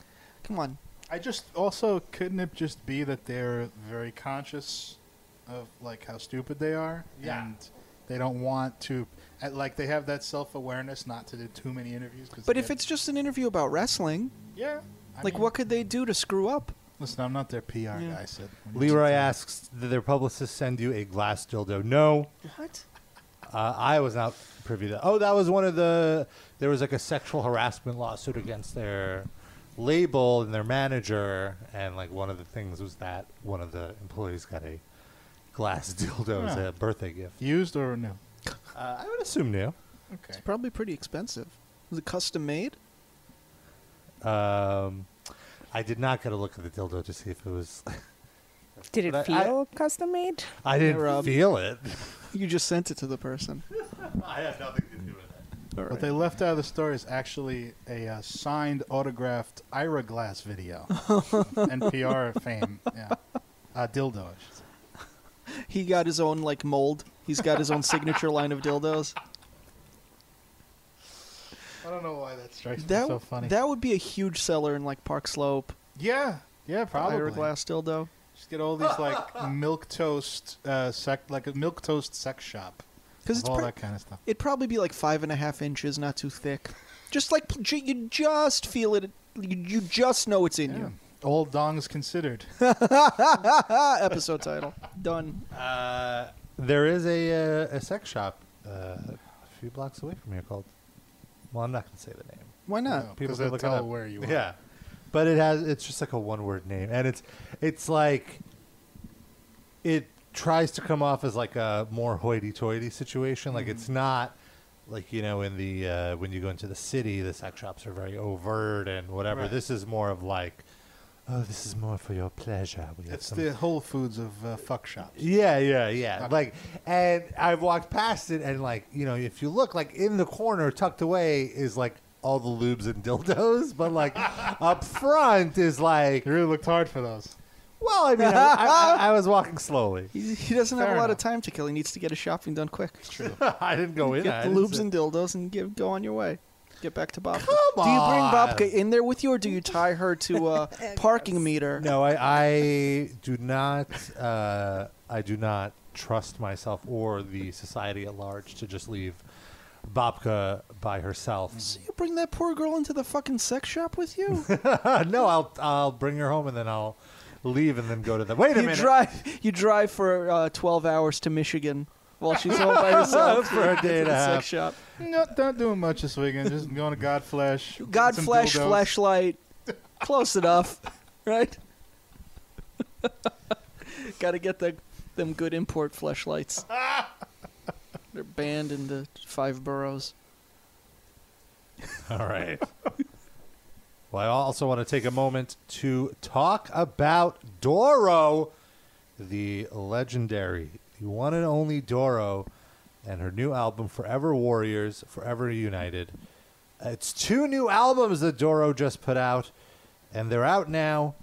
come on, I just also couldn't it just be that they're very conscious of like how stupid they are, Yeah. and they don't want to at- like they have that self awareness not to do too many interviews. Cause but they if get- it's just an interview about wrestling, yeah, I like, mean, what could they do to screw up? Listen, I'm not their PR guy. Sid. Leroy asks, did their publicist send you a glass dildo? No. What? Uh, I was not privy to. Oh, that was one of the. There was like a sexual harassment lawsuit against their label and their manager, and like one of the things was that one of the employees got a glass dildo as Huh. a birthday gift. used or no? Uh, I would assume new. Okay, Probably pretty expensive. Was it custom made? Um, I did not get a look at the dildo to see if it was. Did it But I- feel custom made? I didn't Rob. feel it. You just sent it to the person. I had nothing to do with it. All What right. they left out of the story is actually a uh, signed, autographed Ira Glass video. NPR fame. Yeah. Uh, dildo. I should say. He got his own like mold. He's got his own signature line of dildos. I don't know why that strikes That me so funny. that would be a huge seller in like Park Slope. yeah. Yeah, probably. Ira Glass dildo. Just get all these like milk toast, uh, sec- like a milk toast sex shop. Because of it's all pre- that kind of stuff. it'd probably be like five and a half inches, not too thick. Just like j- you just feel it, you, you just know it's in Yeah. you. All dongs considered. Ah, episode title done. Uh, there is a uh, a sex shop uh, a few blocks away from here called. Well, I'm not going to say the name. Why not? No. People 'Cause can they'll look tell it up. where you are. Yeah, but it has. It's just like a one word name, and it's it's like it tries to come off as like a more hoity toity situation. Like Mm-hmm. it's not like you know in the uh, when you go into the city, the sex shops are very overt and whatever. Right. This is more of like, oh, this is more for your pleasure. We have It's some the Whole Foods of uh, fuck shops. yeah, yeah, yeah. Okay. Like, and I've walked past it, and like, you know, if you look, like in the corner, tucked away, is like all the lubes and dildos, but like up front is like, You really looked hard for those. well, I mean, I, I, I- I was walking slowly. He, he doesn't have Fair a lot of enough. time to kill. He needs to get his shopping done quick. I didn't go in. I Get the didn't lubes say- and dildos and give, go on your way. Get back to Bobka. Come Do you on. bring Bobka in there with you, or do you tie her to a parking meter? No, I, I do not. Uh, I do not trust myself or the society at large to just leave Babka by herself. You bring that poor girl into the fucking sex shop with you? no, I'll I'll bring her home and then I'll leave and then go to the. Wait a you minute. drive you drive for uh, 12 hours to Michigan while she's home by herself For a Into day and the a sex half. shop. No, not doing much this weekend. Just going to God Flesh. get God some flesh dildos. flashlight. Close enough, right? Got to get the them good import fleshlights. They're banned in the five boroughs. All right. well, I also want to take a moment to talk about Doro, the legendary, the one and only Doro, and her new album, Forever Warriors, Forever United. It's two new albums that Doro just put out, and they're out now,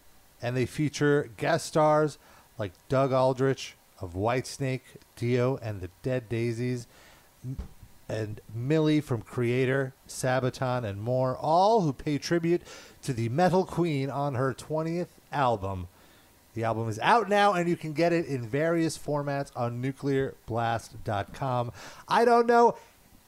and they feature guest stars like Doug Aldrich of Whitesnake, Dio, and the Dead Daisies and Millie from Creator, Sabaton, and more, all who pay tribute to the Metal Queen on her 20th album. The album is out now, and you can get it in various formats on nuclearblast.com. I don't know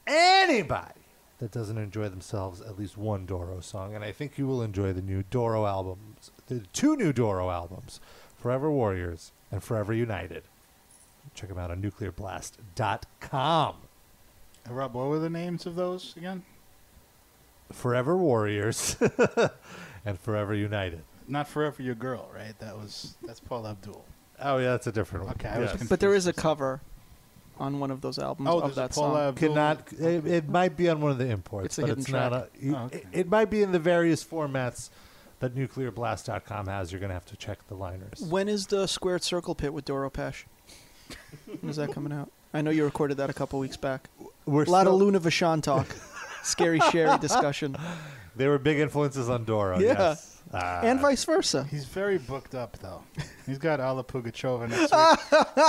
anybody that doesn't enjoy themselves at least one Doro song, and I think you will enjoy the new Doro albums, the two new Doro albums, Forever Warriors and Forever United. Check them out on nuclearblast.com. Hey, Rob, what were the names of those again? Forever Warriors and Forever United. Not Forever Your Girl, right? That was that's Paul Abdul. Oh yeah, that's a different one. Okay, I was Yes. confused. But there is a cover on one of those albums Mm. Oh, of there's a that Paul song. Abdul. Cannot. It, it might be on one of the imports, It's a but hidden it's not. track. A, you- Oh, okay. it, it might be in the various formats that NuclearBlast.com has. You're gonna have to check the liners. When is the Squared Circle Pit with Doro Pesh? When is that coming out? I know you recorded that a couple weeks back. We're A lot still- of Luna Vachon talk, scary Sherry discussion, They were big influences on Oh, Doro. Yeah. Yes. Ah. Uh, and vice versa. He's very booked up, though. He's got Alla Pugacheva next week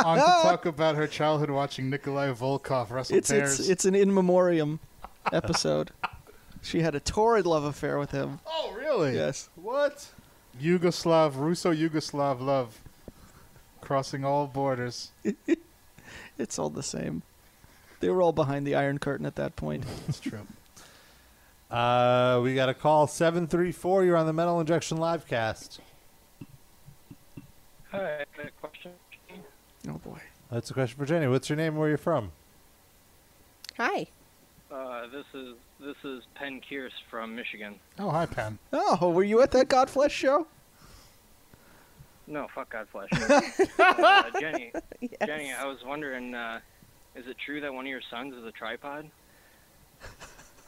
on to talk about her childhood watching Nikolai Volkov wrestle Ah! It's bears. it's it's an in memoriam episode. She had a torrid love affair with him. oh, really? Yes. What? Yugoslav, Russo-Yugoslav love, crossing all borders. It's all the same. They were all behind the Iron Curtain at that point. It's true. Uh, we got a call seven three four. You're on the Metal Injection livecast. Hi, a question. Oh boy. That's a question for Jenny. What's your name? and Where you're from? Hi. Uh, this is this is Penn Kearse from Michigan. Oh, hi, Pam. Oh, were you at that Godflesh show? No, fuck God Flesh. uh, Jenny, Jenny, I was wondering, uh, is it true that one of your sons is a tripod?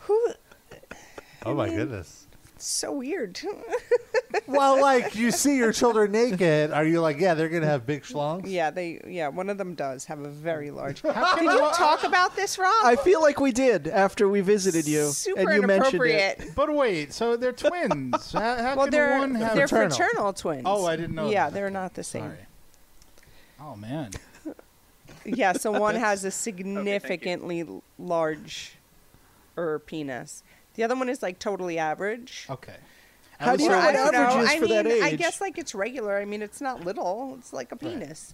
Who? Oh my goodness. So weird. well, like you see your children naked, are you like, yeah, they're gonna have big schlongs? yeah, they. Yeah, one of them does have a very large. Did you talk about this, Rob? I feel like we did after we visited you Super and you mentioned it. inappropriate. But wait, so they're twins. how how Well, can they're one have they're fraternal. twins. Oh, I didn't know. Yeah, that. they're not the same. Sorry. Oh man. Yeah, so one has a significantly large er penis. The other one is like totally average. Okay. How was do you Or know so- I what don't average know. is Oh, I for mean, that I age? guess like it's regular. I mean, it's not little. It's like a Right. penis.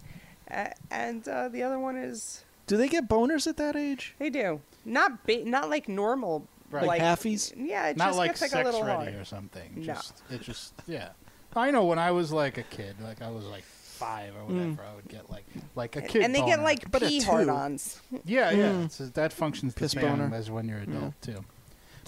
A- and uh, the other one is Do they get boners at that age? they do not big, not like normal. Right. Like Like halfies? Yeah, it not just like gets like sex a little ready hard. or something. No. Just it just yeah. I know when I was like a kid, like I was like five or whatever, I would get like like a kid. Mm. and they get boner. like but a pee Mm. two. hard-ons. yeah, yeah. So that functions the Piss same boner. as when you're adult too.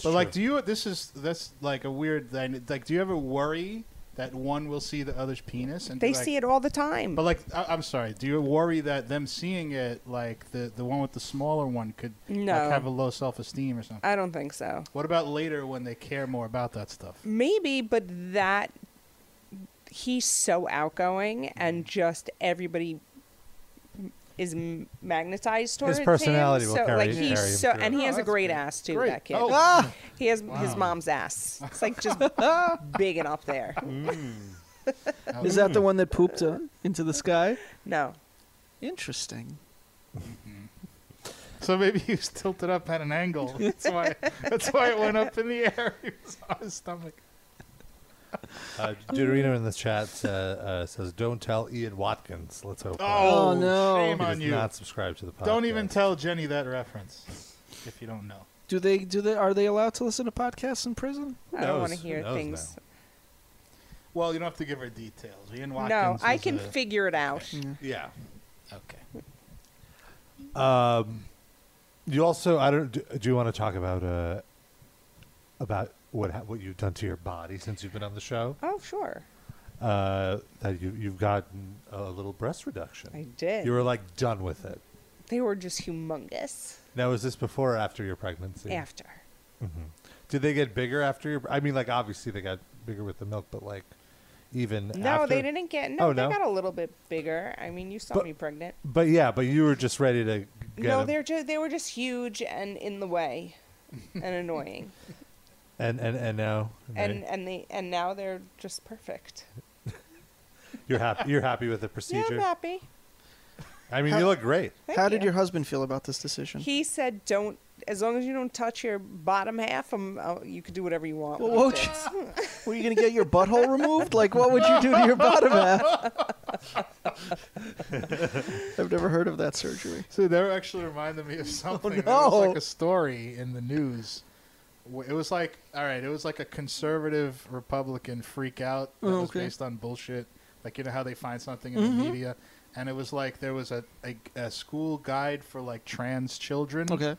but like, do you? This is that's like a weird thing. Like, do you ever worry that one will see the other's penis? And They see it all the time. But like, I, I'm sorry. Do you worry that them seeing it, like the the one with the smaller one, could No. like, have a low self esteem or something? I don't think so. What about later when they care more about that stuff? Maybe, but that he's so outgoing Mm. and just everybody is m- magnetized towards His personality him. will so carry- like he's carry him so through. and he Oh, has a that's great great. ass too Great. that kid. Oh. He has his mom's ass. It's like just big and up there. Is that the one that pooped uh, into the sky? No. Interesting. So maybe he was tilted up at an angle. That's why. that's why it went up in the air. He was on his stomach. Uh, Deuterino in the chat uh, uh, says, "Don't tell Ian Watkins." Let's hope. uh, Oh, no. Oh, Shame he on does you. not subscribe to the podcast. Don't even tell Jenny that reference if you don't know. Do they do they are they allowed to listen to podcasts in prison? I don't want to hear things. Well, you don't have to give her details. Ian Mm. No, Watkins I is can a- figure it out. Yeah. Okay. e- Um, you also, I don't. Do, do you want to talk about uh, about what ha- what you've done to your body since you've been on the show? Oh, sure. Uh, that you you've gotten a little breast reduction. I did. You were like done with it. They were just humongous Now, is this before or after your pregnancy? Mm-hmm. after. Did they get bigger after your? I mean, like obviously they got bigger with the milk, but like even No, they after- didn't get. No, Oh, they no? got a little bit bigger. I mean, you saw But- me pregnant. But yeah, but you were just ready to. Get no, 'em. they're ju- they were just huge and in the way, and annoying. and and and now and and they and now they're just perfect. you're happy. You're happy with the Yeah, procedure. I'm happy. I mean, you look great. Thank How did you. your husband feel about this decision? He said, "Don't as long as you don't touch your bottom half, um, uh, you can do whatever you want." Well, with won't it." you, were you going to get your butthole removed? Like, what would you do to your bottom half? I've never heard of that surgery. So that actually reminded me of something. It Oh, no. was like a story in the news. Wh- It was like, all right, it was like a conservative Republican freak out that Oh, was okay. Mm-hmm. based on bullshit. Like, you know how they find something in the media? And it was like there was a, a, a school guide for like trans children. Okay.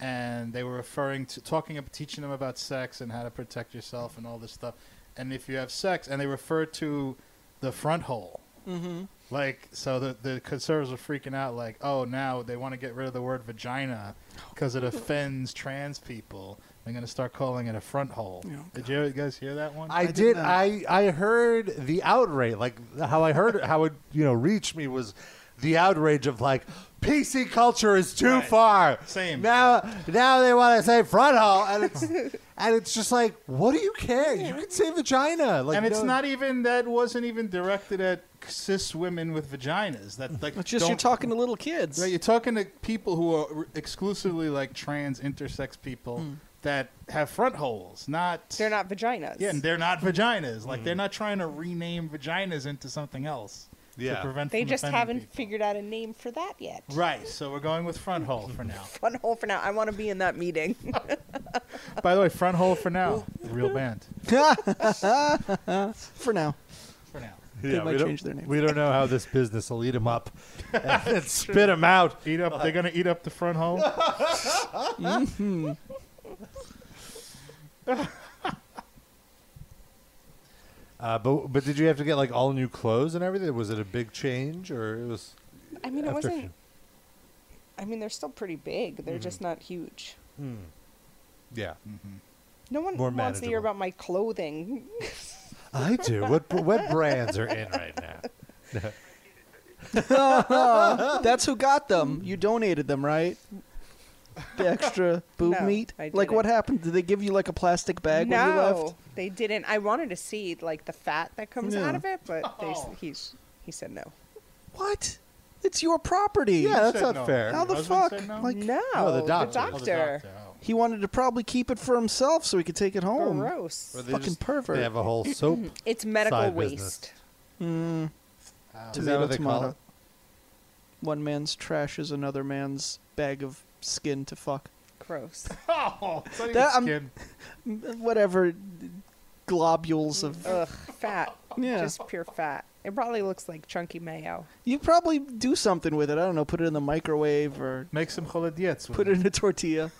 and they were referring to talking about teaching them about sex and how to protect yourself and all this stuff. And if you have sex, and they refer to the front hole, mm-hmm. like so the the conservatives are freaking out, like oh now they want to get rid of the word vagina because it offends trans people. They're gonna start calling it a front hole. Did you guys hear that one? Oh, I, did. I I heard the outrage, like how I heard how it you know reached me was the outrage of like PC culture is too Right. far. Same. Now now they want to say front hall, and it's and it's just like, what do you care? You can say vagina, like and it's no- not even that wasn't even directed at cis women with vaginas. That like It's just you're don't- talking to little kids. Right, you're talking to people who are r- exclusively like trans, intersex people that have front holes, not Hmm. They're not vaginas. Yeah, and they're not vaginas. Like Hmm. they're not trying to rename vaginas into something else. Yeah. to prevent they from just offending haven't people. figured out a name for that yet. Right, so we're going with front hole for now. Front hole for now. I want to be in that meeting. By the way, front hole for now, the real band For now. for now. Yeah, might we don't- change their name. We don't know how this business will eat them up Uh, and spit them out. Eat up. They're gonna eat up the front hole. Mm-hmm. Uh, but but did you have to get like all new clothes and everything? Was it a big change or it was? I mean, it after- wasn't. I mean, they're still pretty big. Mm-hmm. They're just not huge. Hmm. Yeah, Mm-hmm. No one More wants to hear manageable. about my clothing. I do. What what brands are in right now? That's who got them. You donated them, right? The extra boob No, meat. I like what didn't. happened? Did they give you like a plastic bag when you left? no, they didn't. I wanted to see like the fat that comes Yeah. out of it, but they, Oh. s- he's he said no. What? It's your property. Yeah, that's not no. fair. How Your the husband fuck? said no? Like No, No, the doctor. Oh, The Oh, the doctor. doctor, oh. he wanted to probably keep it for himself so he could take it home. Gross. Or they Fucking pervert. They have a whole soap. It's medical Side waste. business. Is that Ow. Mm. Tomato, what they call tomato. it? One man's trash is another man's bag of skin to fuck. Gross. um, Oh, it's not even That- I'm- skin. Whatever globules of. Ugh, fat. Yeah. Just pure fat. It probably looks like chunky mayo. You probably do something with it. I don't know. Put it in the microwave or Make some choladiets. with put it in a tortilla,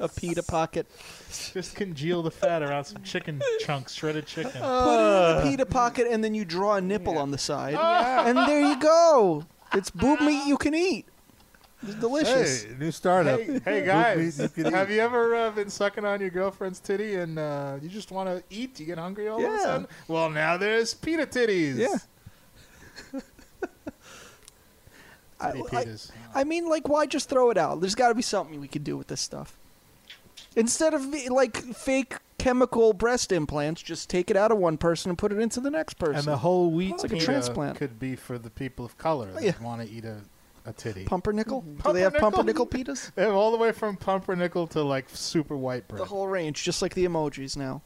a pita pocket. Just congeal the fat around some chicken chunks, shredded chicken. Put it Uh, Uh. in the pita pocket and then you draw a nipple Yeah. on the side. And there you go. It's boob meat you can eat. It's delicious. Hey, new startup. Hey, hey guys, have you ever uh, been sucking on your girlfriend's titty and uh, you just want to eat? You get hungry all of Yeah. a sudden? Well, now there's pita titties. Yeah. I- Titty I- pitas. I mean, like, why just throw it out? There's got to be something we could do with this stuff. Instead of like fake chemical breast implants, just take it out of one person and put it into the next person. and the whole wheat It's like a pita transplant. Oh, could be for the people of color that Yeah. want to eat a, a titty. pumpernickel? Do they have pumpernickel Mm-hmm. Pumpernickel? pitas? They have all the way from pumpernickel to like super white bread. The whole range, just like the emojis now.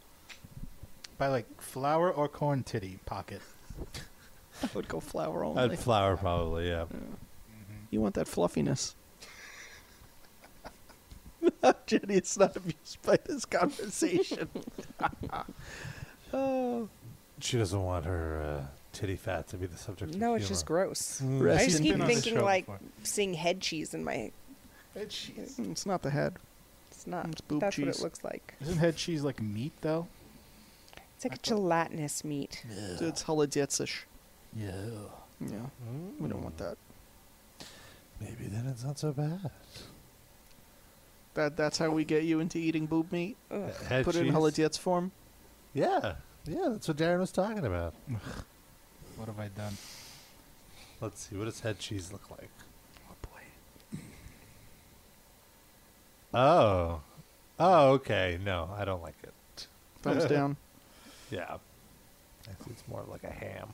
By like flour or corn titty pocket. I would go flour only. I'd flour Mm-hmm. probably. Yeah. you want that fluffiness. how Jenny is not amused by this conversation. oh. She doesn't want her uh, titty fat to be the subject. No, of it's just humor. gross. Mm. I Rest just in keep peace. thinking Show like before. seeing head cheese in my. Mm. Head cheese. It's not the head. It's not. It's boob that's what cheese. it looks like. Isn't head cheese like meat though? It's like a gelatinous meat. It's holodetzish. Yeah. Yeah. Mm. We don't want that. Maybe then it's not so bad. That that's how we get you into eating boob meat. Ugh. Head Put it in cheese? holodetz form. Yeah, yeah, that's what Darren was talking about. What have I done? Let's see what does head cheese look like. Oh boy. Oh, oh, okay. No, I don't like it. Thumbs down. Yeah, I think it's more like a ham.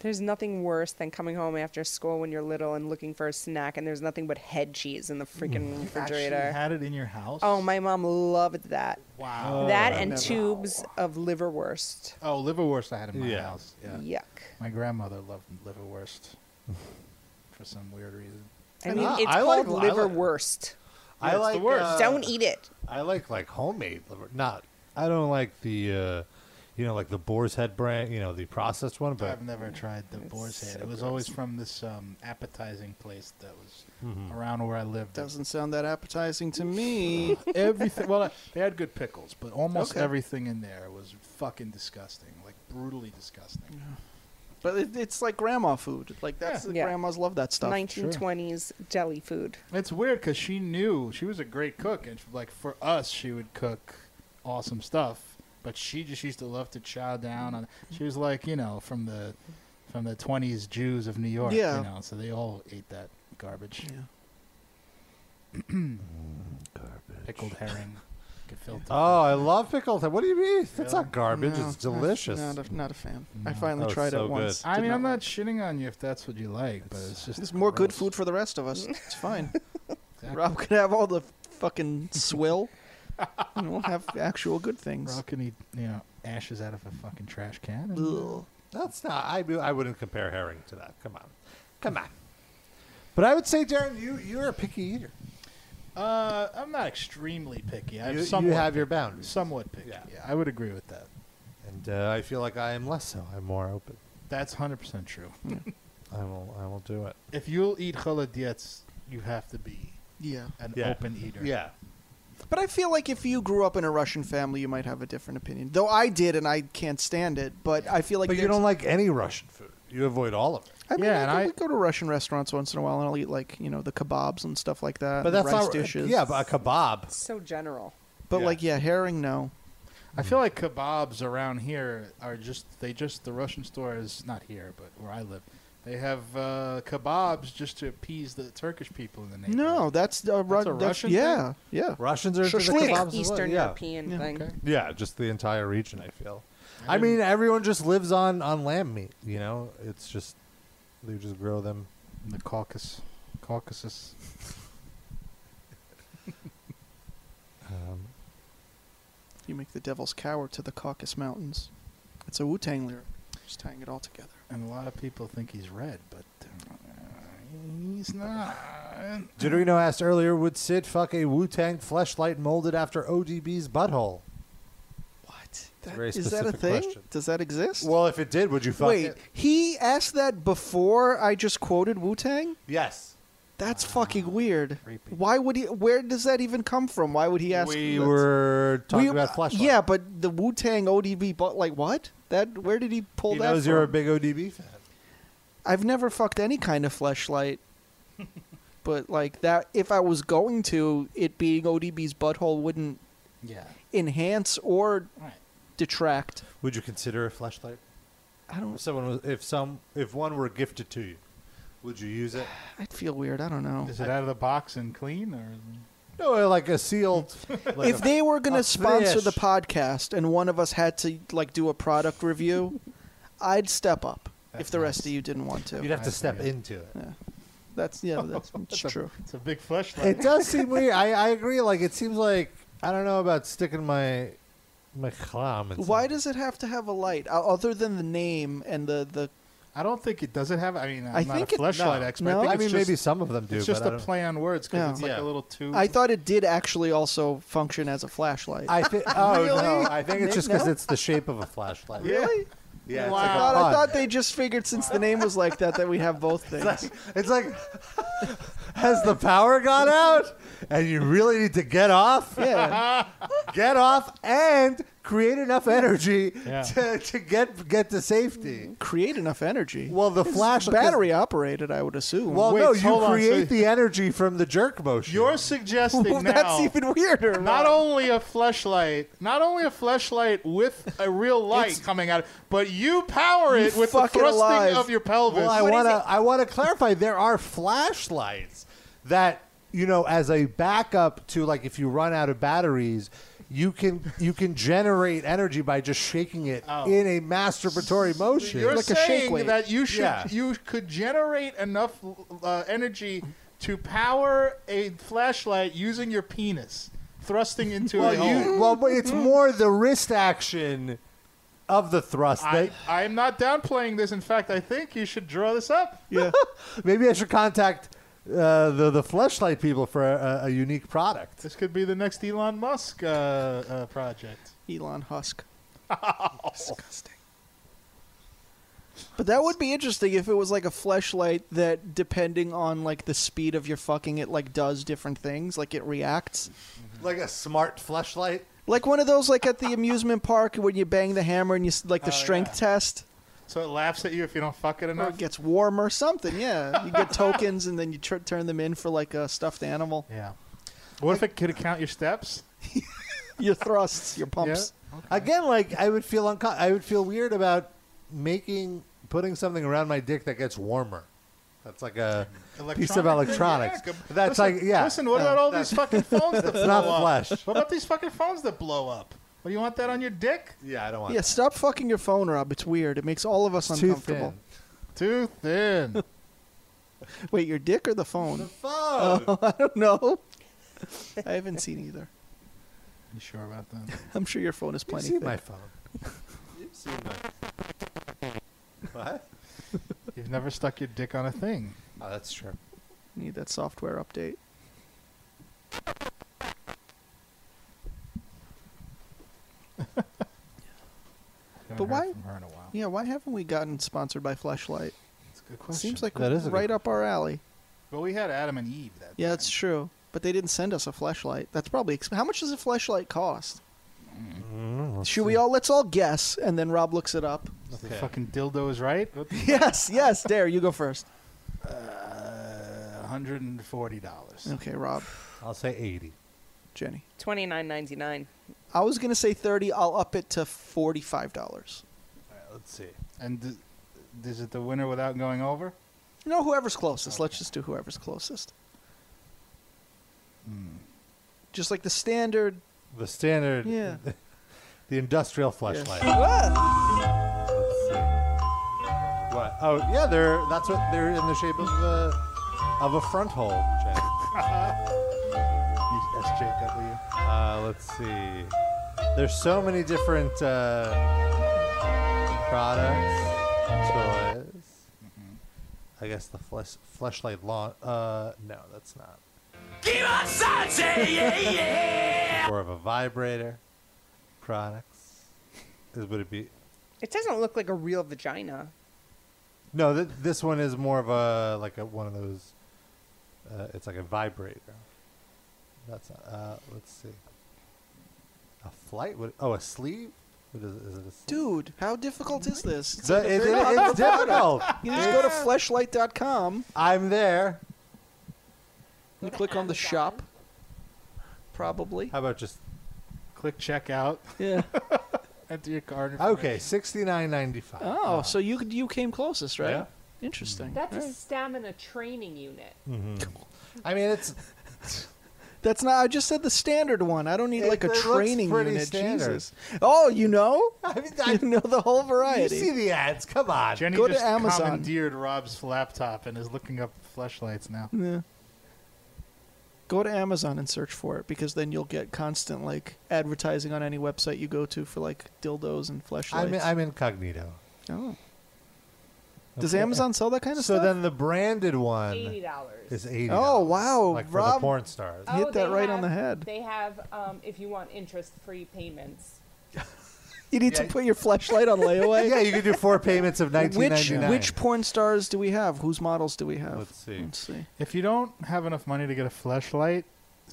There's nothing worse than coming home after school when you're little and looking for a snack, and there's nothing but head cheese in the Mm. freaking Mm. Actually refrigerator. had it in your house? Oh, my mom loved that. Wow. that Oh, I and never- tubes of liverwurst. Oh, liverwurst I had in my Yeah. house. Yeah. Yuck. My grandmother loved liverwurst for some weird reason. I mean, Ah, it's I like- called I like- liverwurst. I like. uh, Don't eat it. I like like homemade liver. Not. I don't like the, uh, you know, like the boar's head brand. You know, the processed one. But I've never tried the boar's head. it was always from this um, appetizing place that was around where I lived. Doesn't sound that appetizing to me. everything. Well, they had good pickles, but almost Okay. everything in there was fucking disgusting, like brutally disgusting. but it, it's like grandma food. Like that's Yeah. Yeah. grandmas love that stuff. 1920s deli food. It's weird because she knew she was a great cook, and like for us, she would cook awesome stuff. But she just used to love to chow down on. She was like you know from the from the twenties Jews of New York. Yeah. You know, so they all ate that garbage. Yeah. garbage. Pickled herring. gefilte Oh, I love pickled. What do you mean? That's Really? not garbage. No, it's delicious. Not a, not a fan. I No. finally Oh, it's tried so it once. I Did mean, I'm like not it. shitting on you if that's what you like, but it's just There's more good gross. food for the rest of us. It's fine. Exactly. Rob could have all the fucking swill. and we'll have actual good things. Rob can eat, you know, ashes out of a fucking trash can. and- Ugh. That's not. I mean, I wouldn't compare herring to that. Come on, come on. But I would say, Darren, you you're a picky eater. Uh, I'm not extremely picky. I'm You, you somewhat, have your boundaries, somewhat picky. Yeah. Yeah. I would agree with that. and uh, I feel like I am less so. I'm more open. That's 100% true. I will. I will do it. If you'll eat chaladiets, you have to be Yeah. an Yeah. open eater. Yeah. But I feel like if you grew up in a Russian family, you might have a different opinion. Though I did, and I can't stand it. But I feel like but you there's- don't like any Russian food. You avoid all of it. I mean, Yeah, I and go, I- we go to Russian restaurants once in a while, and I'll eat like you know the kebabs and stuff like that. But and that's rice not dishes. Yeah, but a Uh, kebab. So general. but yeah. like yeah, herring no. I feel like kebabs around here are just, they just, the Russian stores, not here, but where I live, they have uh, kebabs just to appease the Turkish people in the neighborhood. No, that's a, Ru- That's a Russian Yeah, yeah. Russians are into the Shashlik. kebabs as well, Eastern yeah. European Yeah, thing. okay. Yeah, just the entire region. I feel. I mean, everyone just lives on on lamb meat. You know, it's just they just grow them. The Caucasus. Caucasus. Um, You make the devil's cower to the Caucasus Mountains. It's a Wu Tang lyric. Just tying it all together. And a lot of people think he's red, but uh, he's not. Dorino asked earlier, would Sid fuck a Wu Tang fleshlight molded after ODB's butthole? What? That, very is that a specific thing? question. Does that exist? Well, if it did, would you fuck Wait, it? he asked that before I just quoted Wu Tang. Yes. Ah, That's fucking weird. creepy. Why would he? Where does that even come from? Why would he ask? we that? were talking We- about fleshlight. Yeah, but the Wu Tang ODB, but like what? That where did he pull he that? knows you're a from? big ODB fan. I've never fucked any kind of fleshlight, but like that. If I was going to, it being ODB's butthole wouldn't Yeah. enhance or Right. detract. Would you consider a fleshlight? I If don't. someone was, if some, if one were gifted to you, would you use it? I'd feel weird. I don't know. Is it out of the box and clean, or No, uh, like a sealed. like if a- they were going a to sponsor the fish. podcast and one of us had to like do a product review, I'd step up. if That's the rest nice. of you didn't want to, you'd have to That's step good. into it. that's yeah, that's, that's a- true. it's a big flashlight? It does seem weird. I, I agree. Like it seems like I don't know about sticking my my clam. in Why something. does it have to have a light o- other than the name and the the I don't think it does it have. I mean, I'm I not think a it- fleshlight no. expert. No? I, think I it's mean, just- maybe some of them do, It's just but I a don't- play on words because Yeah. it's like Yeah. a little too. I thought it did actually also function as a flashlight. I think. Oh no! Really? I think it's just because No? it's the shape of a flashlight. Really? Yeah. I, It's like a thought, I pun. thought they just figured since the name was like that that we have both things. It's like, Has the power gone out? And you really need to get off. Yeah. get off and create enough energy Yeah. to, to get get to safety. Create enough energy. Well, the It's flash battery operated, I would assume. Well, no, you create the energy from the jerk motion. You're suggesting Well, now. that's even weirder. Not only a flashlight, not only a flashlight with a real light coming out, but you power it with the fucking thrusting alive. of your pelvis. Well, I want to. I want to clarify. There are flashlights that you know as a backup to like if you run out of batteries. You can you can generate energy by just shaking it in a masturbatory motion, Oh. You're saying that you should Yeah. you could generate enough uh, energy to power a flashlight using your penis thrusting into well, a hole. you, well, but it's more the wrist action of the thrust. I, that, I'm not downplaying this. In fact, I think you should draw this up. yeah, maybe I should contact uh, the the fleshlight people for a, a unique product. This could be the next Elon Musk uh, uh, project. Oh. Elon Husk. Disgusting. But that would be interesting if it was like a fleshlight that, depending on like the speed of your fucking, it like does different things. Like it reacts. Like a smart fleshlight. Like one of those, like at the amusement park when you bang the hammer and you s- like the Oh, strength yeah. test. So it laughs at you if you don't fuck it Or enough. it gets warm or something. Yeah, you get tokens and then you tr- turn them in for like a stuffed animal. Yeah. What if it could count your steps? your thrusts, your pumps. Again, like I would feel unco- I would feel weird about making putting something around my dick that gets warmer. That's like a piece of Electronic thing, electronics. yeah. That's Listen- like yeah. Listen, what about all these fucking phones that That's blow not up? flesh. What about these fucking phones that blow up? What, do you want that on your dick? Yeah, I don't Yeah, stop fucking your phone, Rob. It's weird. It makes all of us It's too uncomfortable. Too thin. Wait, your dick or the phone? The phone. I don't know. I haven't seen either. You sure about that? I'm sure your phone is You've plenty. seen thick. my phone. You've seen my. What? You've never stuck your dick on a thing. Oh, that's true. Need that software update. But why? Yeah, why haven't we gotten sponsored by Fleshlight? That's a good question. Seems like That is a good right up our alley. But we had Adam and Eve. That Yeah, it's true. But they didn't send us a flashlight. That's probably exp- how much does a flashlight cost? Mm-hmm. Should we all let's all guess, and then Rob looks it up. the fucking dildo is right. Yes, yes. Dare you go first? One Uh, hundred and forty dollars. Okay, Rob. I'll say eighty. Jenny. Twenty nine ninety nine. I was gonna say thirty. I'll up it to forty-five dollars. Let's see. And d- is it the winner without going over? You know, whoever's closest. Let's just do whoever's closest. Just like the standard. Hmm. The standard. Yeah. the industrial fleshlight. What? Oh yeah, they're that's what they're in the shape of a of a front hole. Jack. SJW. Uh, let's see. There's so many different uh, products, toys. I guess the flesh fleshlight lawn. Uh, no, that's not. Keep on Sanjay, yeah, yeah. More of a vibrator. Products. Is would it be? It doesn't look like a real vagina. No, th- this one is more of a like a one of those. Uh, it's like a vibrator. That's not, uh, let's see. A flight? What, oh, a sleeve? What is, it- is it? A sleeve? Dude, how difficult is this? It's, The- like a it- third it- other it's product. difficult. You just go to fleshlight.com. I'm there. You click on the shop. Probably. How about just? Click checkout. Yeah. Enter your card. Ah. Okay, sixty nine ninety five. Oh, so you could- you came closest, right? Yeah. Interesting. That's a Alright. stamina training unit. I mean, it's That's not. I just said the standard one. I don't need It- like a it looks training pretty unit. standard. Jesus. Oh, you know? I mean, you know the whole variety. You see the ads? Come on. Jenny Go to just Amazon. commandeered Rob's laptop and is looking up flashlights now. Yeah. Go to Amazon and search for it because then you'll get constant like advertising on any website you go to for like dildos and fleshlights. I'm in, I'm incognito. Oh. Does Amazon sell that kind of so stuff? then the branded one Eighty dollars. Oh, is eighty. Oh, wow, Like for the Rob. porn stars. Hit that right on the head. They have, um, if you want interest-free payments. you need to put your flashlight on layaway. yeah, you could do four payments of nineteen Which ninety nine. which porn stars do we have? Whose models do we have? Let's see. Let's see. If you don't have enough money to get a flashlight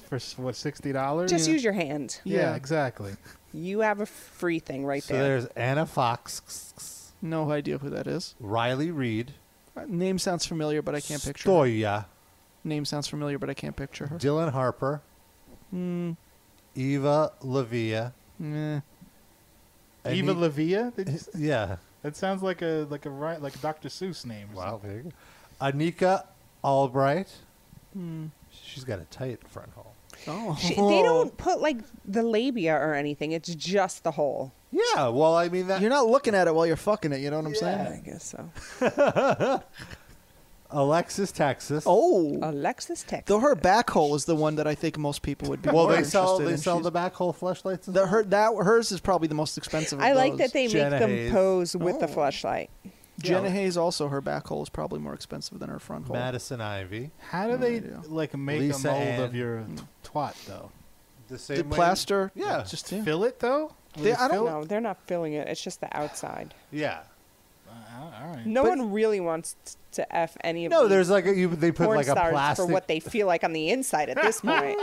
for s- what sixty dollars, Just use your hand. Yeah, Yeah. exactly. You have a free thing right So there. there's Anna Fox, No idea who that is. Riley Reed, Uh, Name sounds familiar, but I can't picture. her. Stoya, Name sounds familiar, but I can't picture her. Dylan Harper, Hmm. Eva Lavia. Nah. Eva Ani- Lavia. Did you say? Yeah. That sounds like a like a ri- like a Dr. Seuss name. or Wow. something. There you go. Anika Albright. Hmm. She's got a tight front hole. Oh. She- they don't put like the labia or anything. It's just the hole. Yeah. Well, I mean that. You're not looking at it while you're fucking it. You know what I'm I saying? guess so. Alexis, Texas. Oh. Alexis Tech. Though her back hole is the one that I think most people would be well, more they sell interested they in. sell She's- the back hole flashlights. and the stuff? her that hers is probably the most expensive. Of I like those. that they Jenna make them Hayes. pose with the Oh. flashlight. Jenna Hayes also her back hole is probably more expensive than her front hole. Madison Ivy. How do they like make Lisa a mold Ann. of your t- twat though? The same the way- plaster, Yeah. just yeah. Fill it though. They- I don't. No, they're not filling it. It's just the outside. Yeah. Uh, all right. No one really wants t- to f any of No, these there's like a, you, they put porn like a stars plastic. for what they feel like on the inside at this point.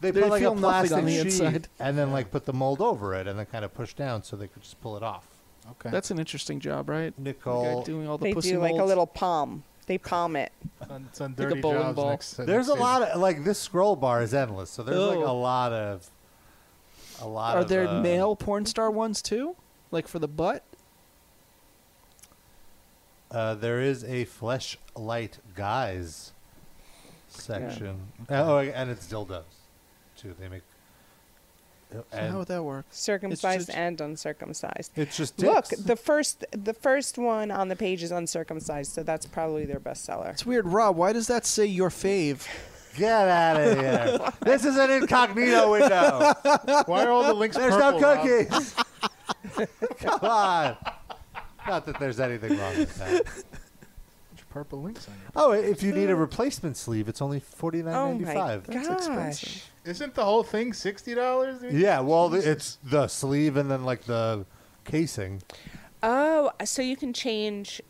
they They put like a feel nothing plastic on the sheet inside. and then like put the mold over it and then kind of push down so they could just pull it off. Okay. That's an interesting job, right? The guy Nicole. doing all the they pussy do like a molds. little palm. They palm it. It's on, it's on Like a dirty bowling jobs ball. next- There's next a season. lot of like this scroll bar is endless, so there's like Oh. a lot of a lot. Are of, there uh, male porn star ones too? Like for the butt? Uh, there is a flesh light guys section. Oh, and it's dildos too. They make. How And would that work? Circumcised just- and uncircumcised. it's just Look, dicks. the first the first one on the page is uncircumcised, so that's probably their bestseller. It's weird, Rob. Why does that say your fave? Get out of here! this is an incognito window. Why are all the links There's purple? no Rob? cookies. Come on. Not that there's anything wrong with that. Bunch of Purple links on your. Oh, if you need a replacement sleeve, it's only forty nine Oh ninety my five. gosh! Isn't the whole thing sixty dollars? Yeah, well, the, it's the sleeve and then like the casing. Oh, so you can change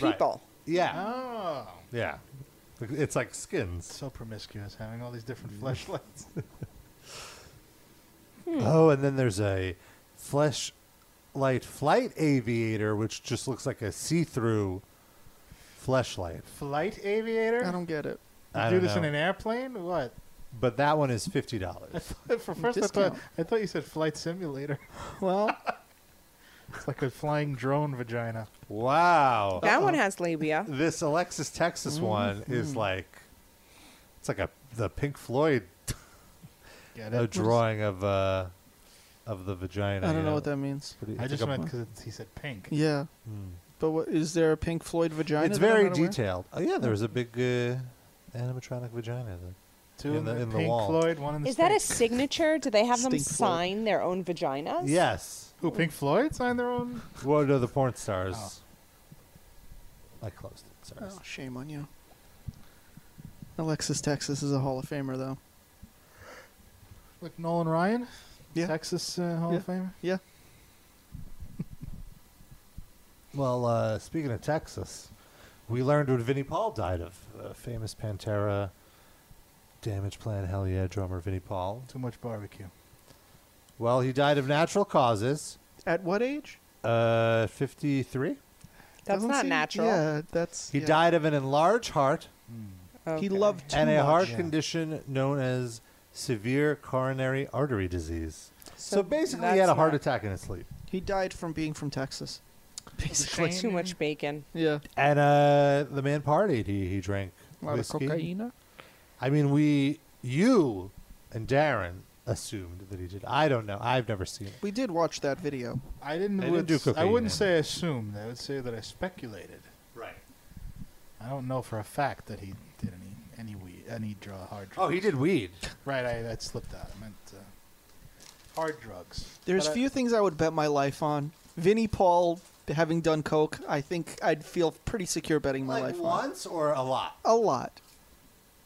Right. people. Yeah, Oh, yeah. It's like skins. so promiscuous having all these different fleshlights. Hmm. Oh, and then there's a flesh light flight aviator, which just looks like a see through fleshlight. Flight aviator. I don't get it. You I do don't this in know. an airplane? What? But that one is fifty dollars. For first, I thought, Discount. I thought you said flight simulator. Well, It's like a flying drone vagina. wow. That one has labia. This Alexis Texas one is like it's like a the Pink Floyd Get a it? drawing of uh of the vagina. I don't you know what that means. Pretty- I it's just like a- went because he said pink. Yeah. Hmm. But what is there a Pink Floyd vagina? It's that I'm very not aware- detailed. Oh yeah, there was a big uh, animatronic vagina. There. Two In in the- the, in the Pink wall. Floyd, one in the. Is that a States. signature? Do they have them Stink float. sign their own vaginas? Yes. Who Pink Floyd signed their own? What are the porn stars? I closed it. Sorry. Oh, shame on you. Alexis Texas is a Hall of Famer, though. Like Nolan Ryan, Yeah. Texas uh, Hall of Yeah. Famer. Yeah. Well, uh, speaking of Texas, we learned what Vinnie Paul died of. Uh, famous Pantera, Damage Plan, Hell Yeah drummer Vinnie Paul. Too much barbecue. Well, he died of natural causes. At what age? Uh, 53. That's Doesn't not seem- natural. Yeah, that's. He yeah. died of an enlarged heart Okay. He loved too and a much. heart Yeah. condition known as severe coronary artery disease. So, So basically, he that's had a heart not- attack in his sleep. He died from being from Texas. Shane too much bacon. Yeah. And uh, the man partied. He he drank whiskey. I mean, we, you, and Darren assumed that he did. I don't know. I've never seen it. We did watch that video. I didn't. They would, didn't do s- I cocaine wouldn't then. say I assumed. I would say that I speculated. Right. I don't know for a fact that he did any any weed, any draw hard. Oh, Drugs. he did weed. right. I that slipped out. I meant uh, hard drugs. There's But I- few things I would bet my life on. Vinnie Paul having done coke, I think I'd feel pretty secure betting my Like life once or a lot? on. it. A lot.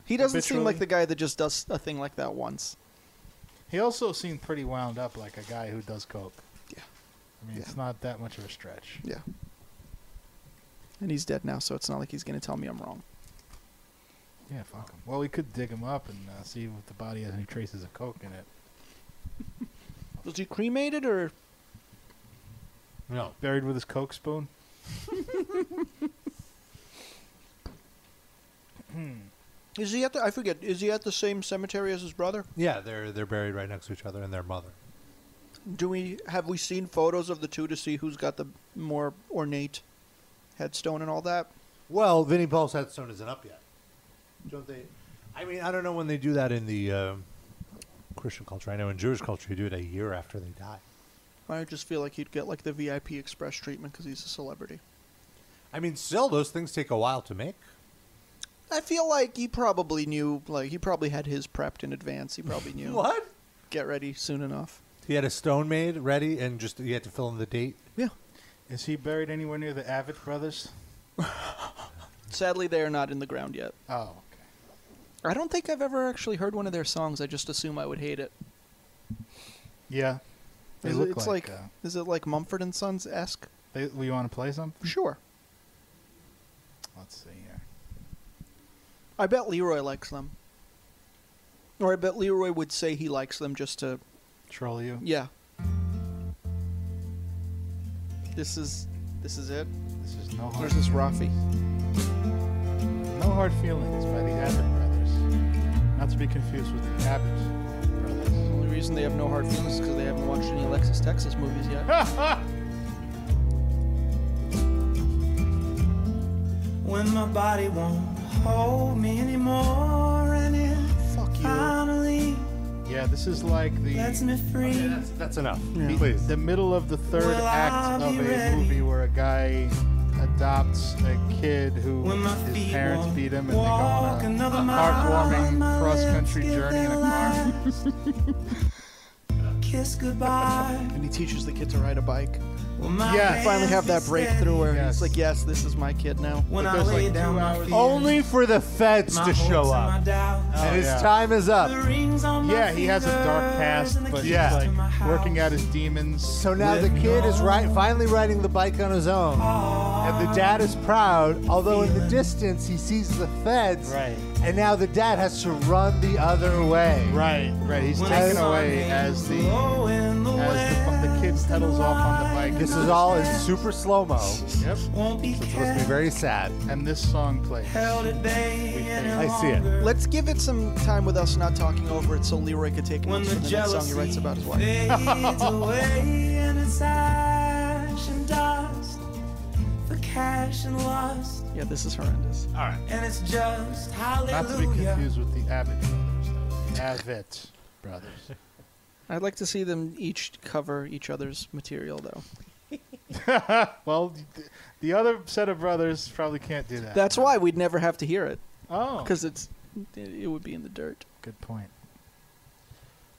He doesn't seem like Habitually? the guy that just does a thing like that once. He also seemed pretty wound up, like a guy who does coke. Yeah. I mean, it's not that much of a stretch. Yeah. And he's dead now, so it's not like he's going to tell me I'm wrong. Yeah, fuck him. Well, we could dig him up and uh, see if the body has any traces of coke in it. Was he cremated or No. Buried with his coke spoon. is he at the? I forget. Is he at the same cemetery as his brother? Yeah, they're they're buried right next to each other and their mother. Do we have we seen photos of the two to see who's got the more ornate headstone and all that? Well, Vinnie Paul's headstone isn't up yet. Don't they? I mean, I don't know when they do that in the um Christian culture. I know in Jewish culture you do it a year after they die. I just feel like he'd get like the VIP express treatment because he's a celebrity. I mean, still those things take a while to make. I feel like he probably knew. Like he probably had his prepped in advance. He probably knew. What? Get ready soon enough. He had a stone made ready, and just you had to fill in the date. Yeah. Is he buried anywhere near the Avid brothers? Sadly, they are not in the ground yet. Oh, okay. I don't think I've ever actually heard one of their songs. I just assume I would hate it. Yeah. They Is it- look it's like. like, uh, is it like Mumford and Sons esque? they, we want to play some? Sure. Let's see here. I bet Leroy likes them. Or I bet Leroy would say he likes them just to. Troll you. Yeah. This is this is it. This is no hard. Where's this Rafi? No hard feelings by the Abbott brothers. Not to be confused with the Abbott The brothers. only reason they have no hard feelings is because they haven't watched any Alexis Texas movies yet. Ah! when my body won't hold me anymore and it Fuck you. finally Yeah, this is like the lets me free. that's, that's enough. the, Please. the middle of the third Well, act I'll of be a ready. movie where a guy adopts a kid who When my his feet parents won't beat him and they go walk on a another heartwarming mile, my cross-country lips give journey in a their car. lies. Kiss goodbye. And he teaches the kid to ride a bike. Well, my Yeah. Finally, have that fantasy breakthrough where Yes. he's like, "Yes, this is my kid now." Oh, When But I there's lay like down two my hours- fears, Only for the feds my to show hopes and my up, doubts, and his yeah. time is the up. rings on my Yeah, he has a dark fingers past, and the but keys yeah. to he's my like working house. Oh. out his demons. So now the kid is right, finally riding the bike on his own, and the dad is Oh. proud. Although in the distance he sees the feds, Right. and now the dad has to run the other way. Right, right. He's When taken the sun away hangs as the low in the as the, the kid west, pedals off on the bike. This is all in super slow mo. It's Yep. won't be supposed to be kept very sad. And this song plays. held at bay any I see it. longer. Let's give it some time with us not talking over it, so Leroy could take When notes the for the next song he jealousy writes about his wife. fades away and it's ash and dust for cash and lust, Yeah, this is horrendous. and it's just Not to be hallelujah. confused with the Abbott brothers. though. The Abbott brothers. I'd like to see them each cover each other's material, though. Well, th- the other set of brothers probably can't do that. That's why we'd never have to hear it oh, because it's it would be in the dirt. good point.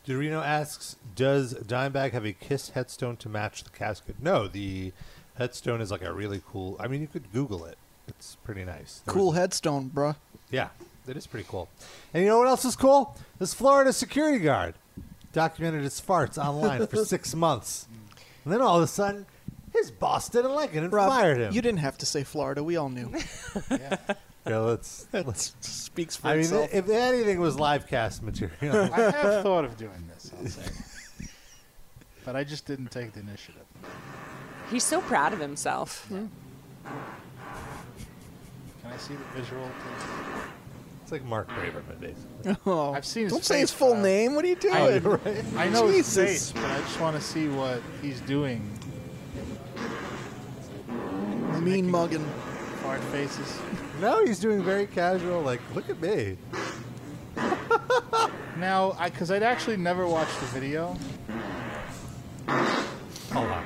Dorino asks, "Does Dimebag have a kiss headstone to match the casket?" No, the headstone is like a really cool. I mean, you could Google it. It's pretty nice. There Cool was- headstone, bruh. Yeah, it is pretty cool. And you know what else is cool? This Florida security guard documented his farts online for six months, and then all of a sudden, his boss didn't like it and Rob, fired him. You didn't have to say Florida. We all knew. Yeah, let's. That speaks for I mean, itself. if anything was live cast material, I have thought of doing this, I'll say. But I just didn't take the initiative. He's so proud of himself. Can I see the visual, please? it's like Mark Braverman, basically. oh, I've seen his don't say face, his full but I- name. What are you I- doing? I know his Jesus. face, but I just want to see what he's doing. mean mugging. Fart faces. No, he's doing very casual. Like, look at me. Now, I because I'd actually never watched the video. Hold on.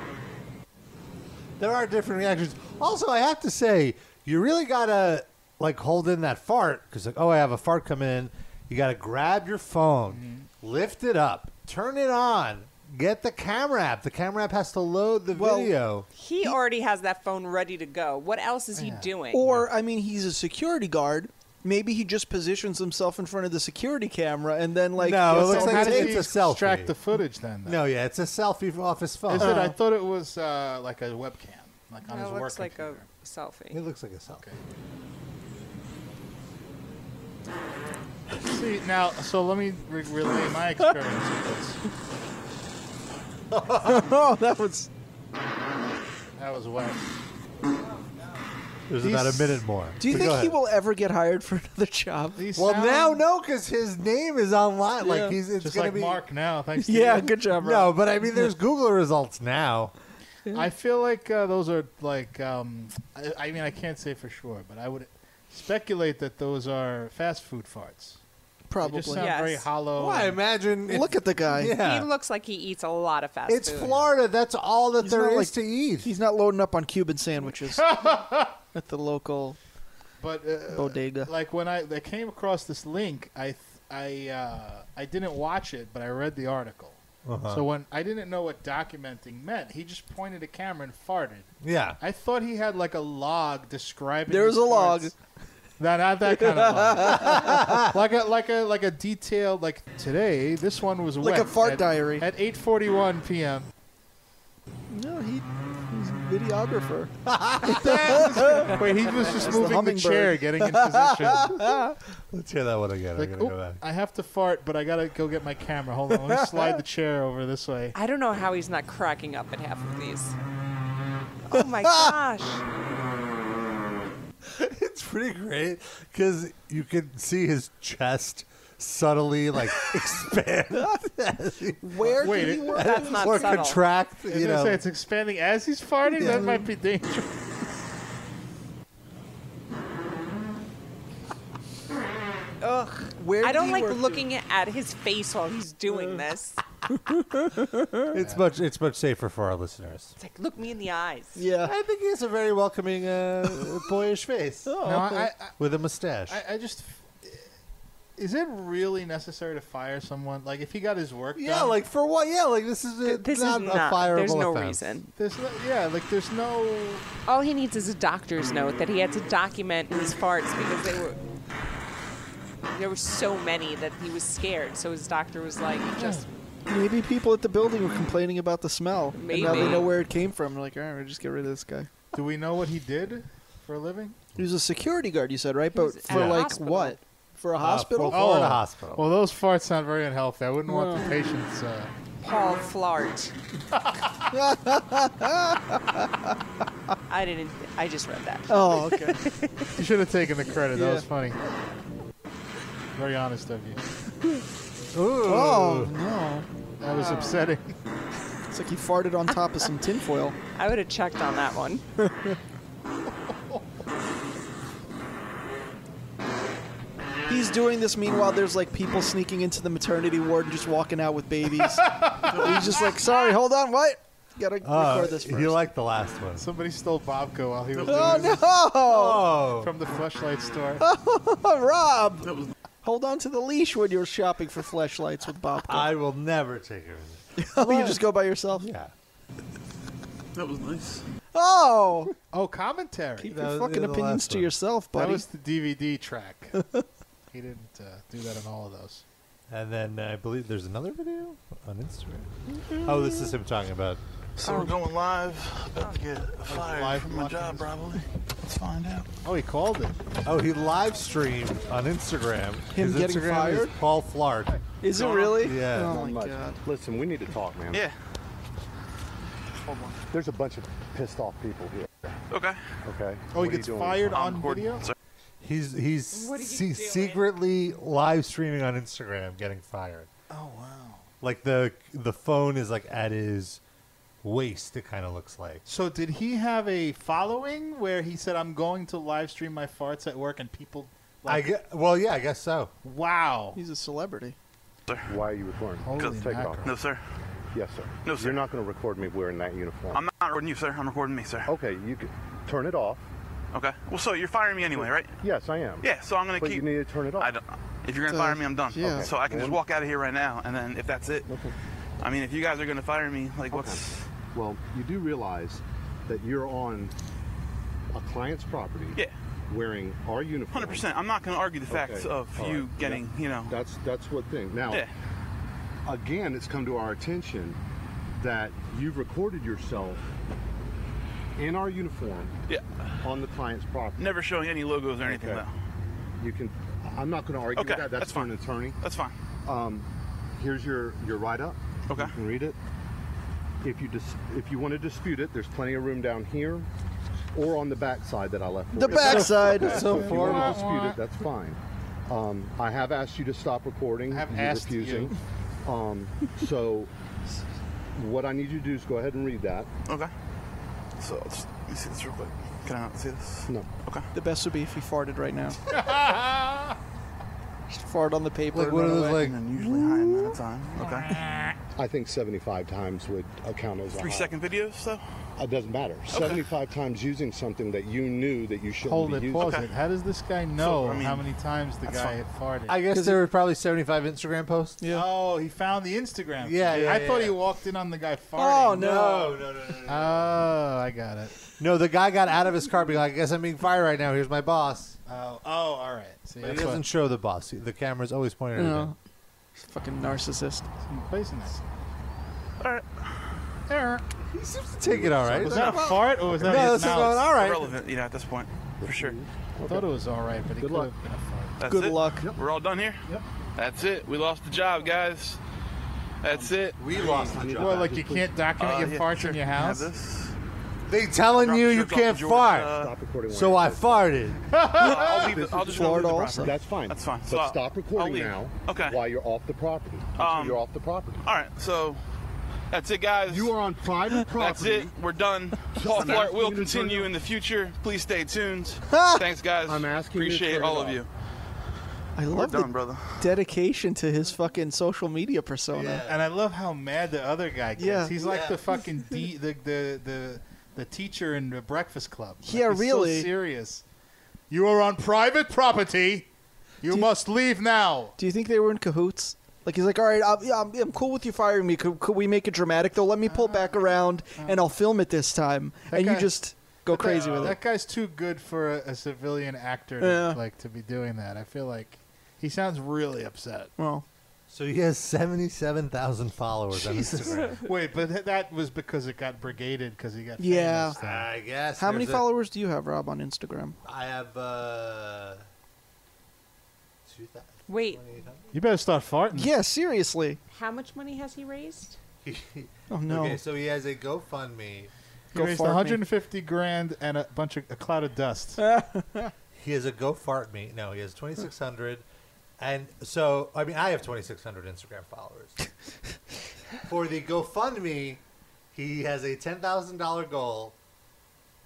There are different reactions. Also, I have to say, you really gotta like hold in that fart because like, oh, I have a Mm-hmm. fart come in. You gotta grab your phone, lift it up, turn it on, Get the camera app. The camera app has to load the video. He already has that phone ready to go. What else is he doing? Or, I mean, he's a security guard. Maybe he just positions himself in front of the security camera and then, like, no, it gets looks on like the it's, tape. it's a selfie. extract the footage then, No, yeah, it's a selfie off his phone. Is it? I thought it was uh, like a webcam, like on No, his it work. looks like computer. a selfie. It looks like a selfie. See now, so let me re- relay my experience with this. oh, that was that was wet. There's about a minute more. Do you But think go he ahead. will ever get hired for another job? Well, now no, because his name is online. Yeah. Like he's it's Just gonna like be Mark now. Thanks to yeah, you. good job. No, but I mean, there's Google results now. I feel like uh, those are like. Um, I, I mean, I can't say for sure, but I would speculate that those are fast food farts. They Probably. just sound very Yes. hollow. Well, I imagine. Look at the guy. He looks like he eats a lot of fast It's food. Florida. That's all that there is to eat. He's not loading up on Cuban sandwiches at the local. But uh, Bodega. Like when I, I came across this link, I th- I uh, I didn't watch it, but I read the article. Uh-huh. So when I didn't know what documenting meant, he just pointed a camera and farted. Yeah. I thought he had like a log describing. There's his a log. farts. No, not that kind of log. like a like a like a detailed like today. This one was Like a wet fart at- diary. at 8:41 p.m. No, he, he's a videographer. Wait, he was It's just the moving the, hummingbird. chair, getting in position. Let's hear that one again. Like, I gotta go "Oop, back. I have to fart, but I gotta go get my camera. Hold on, let me slide the chair over this way. I don't know how he's not cracking up at half of these. Oh my gosh. It's pretty great because you can see his chest subtly like expand Where Wait, did he it- work? That's not or subtle. contract. I was You gonna know, say it's expanding as he's farting. Yeah. That might be dangerous. Ugh. Where I did don't he like work, looking at his face while he's doing this. it's much it's much safer for our listeners. It's like, look me in the eyes. Yeah, I think he has a very welcoming uh, boyish face Oh, No, I, with a mustache. I, I just. Is it really necessary to fire someone? Like, if he got his work yeah, done? like for what? Yeah, like this is a, This not is a not. fireable There's no offense. reason. There's no, yeah, like there's no. All he needs is a doctor's note that he had to document his farts because they were. There were so many that he was scared. So his doctor was like, just Maybe people at the building were complaining about the smell, and now Maybe. they know where it came from. They're like, all right, we'll just get rid of this guy. Do we know what he did for a living? He was a security guard, you said, right? was But at for a like hospital. what? For a hospital? Uh, for the hospital. Oh. Well, those farts sound very unhealthy. I wouldn't Oh. want the patients. Uh, Paul Flart. I didn't. I just read that. Oh, okay. you should have taken the credit. That Yeah. was funny. Very honest of you. Oh no, that was upsetting. It's like he farted on top of some tinfoil. I would have checked on that one. He's doing this meanwhile. There's like people sneaking into the maternity ward and just walking out with babies. He's just like, sorry, hold on, what? Gotta Uh, record this first. you like the last one? Somebody stole Bobco while he was Oh doing no! this from the flashlight store. Rob, hold on to the leash when you're shopping for flashlights with Bob. I will never take her. oh, you just go by yourself. Yeah. That was nice. Oh, Oh, commentary. keep your fucking opinions to yourself, That buddy. was the DVD track. he didn't uh, do that on all of those. And then I believe there's another video on Instagram. Oh, this is him talking about. Oh, So we're going live. About to get fired live from my job, probably. Let's find out. Oh, he called it. Oh, he live streamed on Instagram. Him His getting Instagram Is fired? Paul Flart. Is it really? Yeah. Oh my god. Listen, we need to talk, man. Yeah. There's a bunch of pissed off people here. Okay. Okay. Oh, What are he you gets doing? fired I'm on recording. video. He's he's What are you se- doing? secretly live streaming on Instagram, getting fired. Oh wow. Like the the phone is like at his waist. It kind of looks like. So did he have a following where he said, "I'm going to live stream my farts at work," and people? I Like, gue- well, yeah, I guess so. Wow. He's a celebrity. Why are you recording? Just take it off. No, sir. Yes, sir. No, sir. You're not going to record me wearing that uniform. I'm not recording you, sir. I'm recording me, sir. Okay, you can turn it off. Okay. Well, so you're firing me anyway, right? Yes, I am. Yeah. So I'm gonna but you keep. need to turn it off. I don't. If you're gonna fire me, I'm done. yeah. So I can just Well- walk out of here right now, and then if that's it, I mean, if you guys are going to fire me, like, what's. Well, you do realize that you're on a client's property. Yeah. Wearing our uniform. 100%. I'm not going to argue the facts Okay, of all you right. getting, That- you know. That's that's what thing. Now, Yeah. again, it's come to our attention that you've recorded yourself in our uniform. Yeah. On the client's property. Never showing any logos or anything, Okay. though. You can. I'm not going to argue Okay, with that. That's, that's for fine. an attorney. That's fine. Um, here's your your write up. Okay. You can read it. If you dis- if you want to dispute it, there's plenty of room down here, or on the back side that I left. for The you. back side. Okay, So so if you want formal. to dispute it, that's fine. Um, I have asked you to stop recording. I have asked you. refusing. Um, so what I need you to do is go ahead and read that. Okay. So let's, let me see this real quick. Can I not see this? No. Okay. The best would be if he farted right now. Just fart on the paper. Like and one run of those, away. like- Usually high amount of time. Okay. I think 75 times would account as a Three high. second videos, though? Uh, It doesn't matter. 75 times using something that you knew that you shouldn't Hold be it, using. pause it. How does this guy know I mean, how many times the that's guy had farted? I guess there were probably 75 Instagram posts. Yeah. Oh, he found the Instagram. Yeah, yeah, I yeah, thought yeah. he walked in on the guy farting. Oh, no. no, no. no. Oh, I got it. No, the guy got out of his car being like, I guess I'm being fired right now. Here's my boss. Oh, oh, all right. See, But he that's doesn't show the boss. The camera's always pointed at him. No. Fucking narcissist. what- place in this. He seems to take it all right. Was that a fart or was that No, his this is mouth? going all right. Irrelevant, you know, at this point, for sure. I thought it was all right, but it could have been a fart. That's Good it. luck. We're all done here. Yep. That's it. We lost the job, guys. That's it. Uh, We lost the job. Well, like you can't document your farts in your house. They telling Drop you the you shirts off can't to George, fart. uh, Stop recording so when I farted. I'll leave. This I'll is just remove Florida the property. That's fine. That's fine. But So I'll- stop I'll recording leave. now Okay. while you're off the property. Until Um, you're off the property. All right. So that's it, guys. You are on private That's it. We're done. Paul I'm Flart asking will you to turn continue in the future. Please stay tuned. Thanks, guys. I'm asking you to Appreciate turn it all of off. you. I We're love done, the brother. dedication to his fucking social media persona. And I love how mad the other guy gets. Yeah. He's like Yeah. the fucking de- the, the the the teacher in the Breakfast Club. Like, Yeah, he's so really. serious. You are on private property. You must leave now. Do you think they were in cahoots? Like he's like, all right, I'm, yeah, I'm, I'm cool with you firing me. Could, could we make it dramatic though? Let me pull back around and I'll film it this time. That And guy- you just go That guy- uh, crazy with That it. guy's too good for a, a civilian actor to, Yeah. like to be doing that. I feel like he sounds really upset. Well, So he has 77,000 followers Jesus. on Instagram. Wait, but th- that was because it got brigaded because he got Yeah. famous then. I guess. How many there's a- followers do you have, Rob, on Instagram? I have uh, 2,000. Wait, You better start farting. Yeah, seriously. how much money has he raised? Oh, no. Okay, so he has a GoFundMe. He raised 150 grand and a bunch of a cloud of dust. He has a Go Fart Me. No, he has 2,600. And so, I mean, I have 2,600 Instagram followers. For the GoFundMe, he has a $10,000 goal.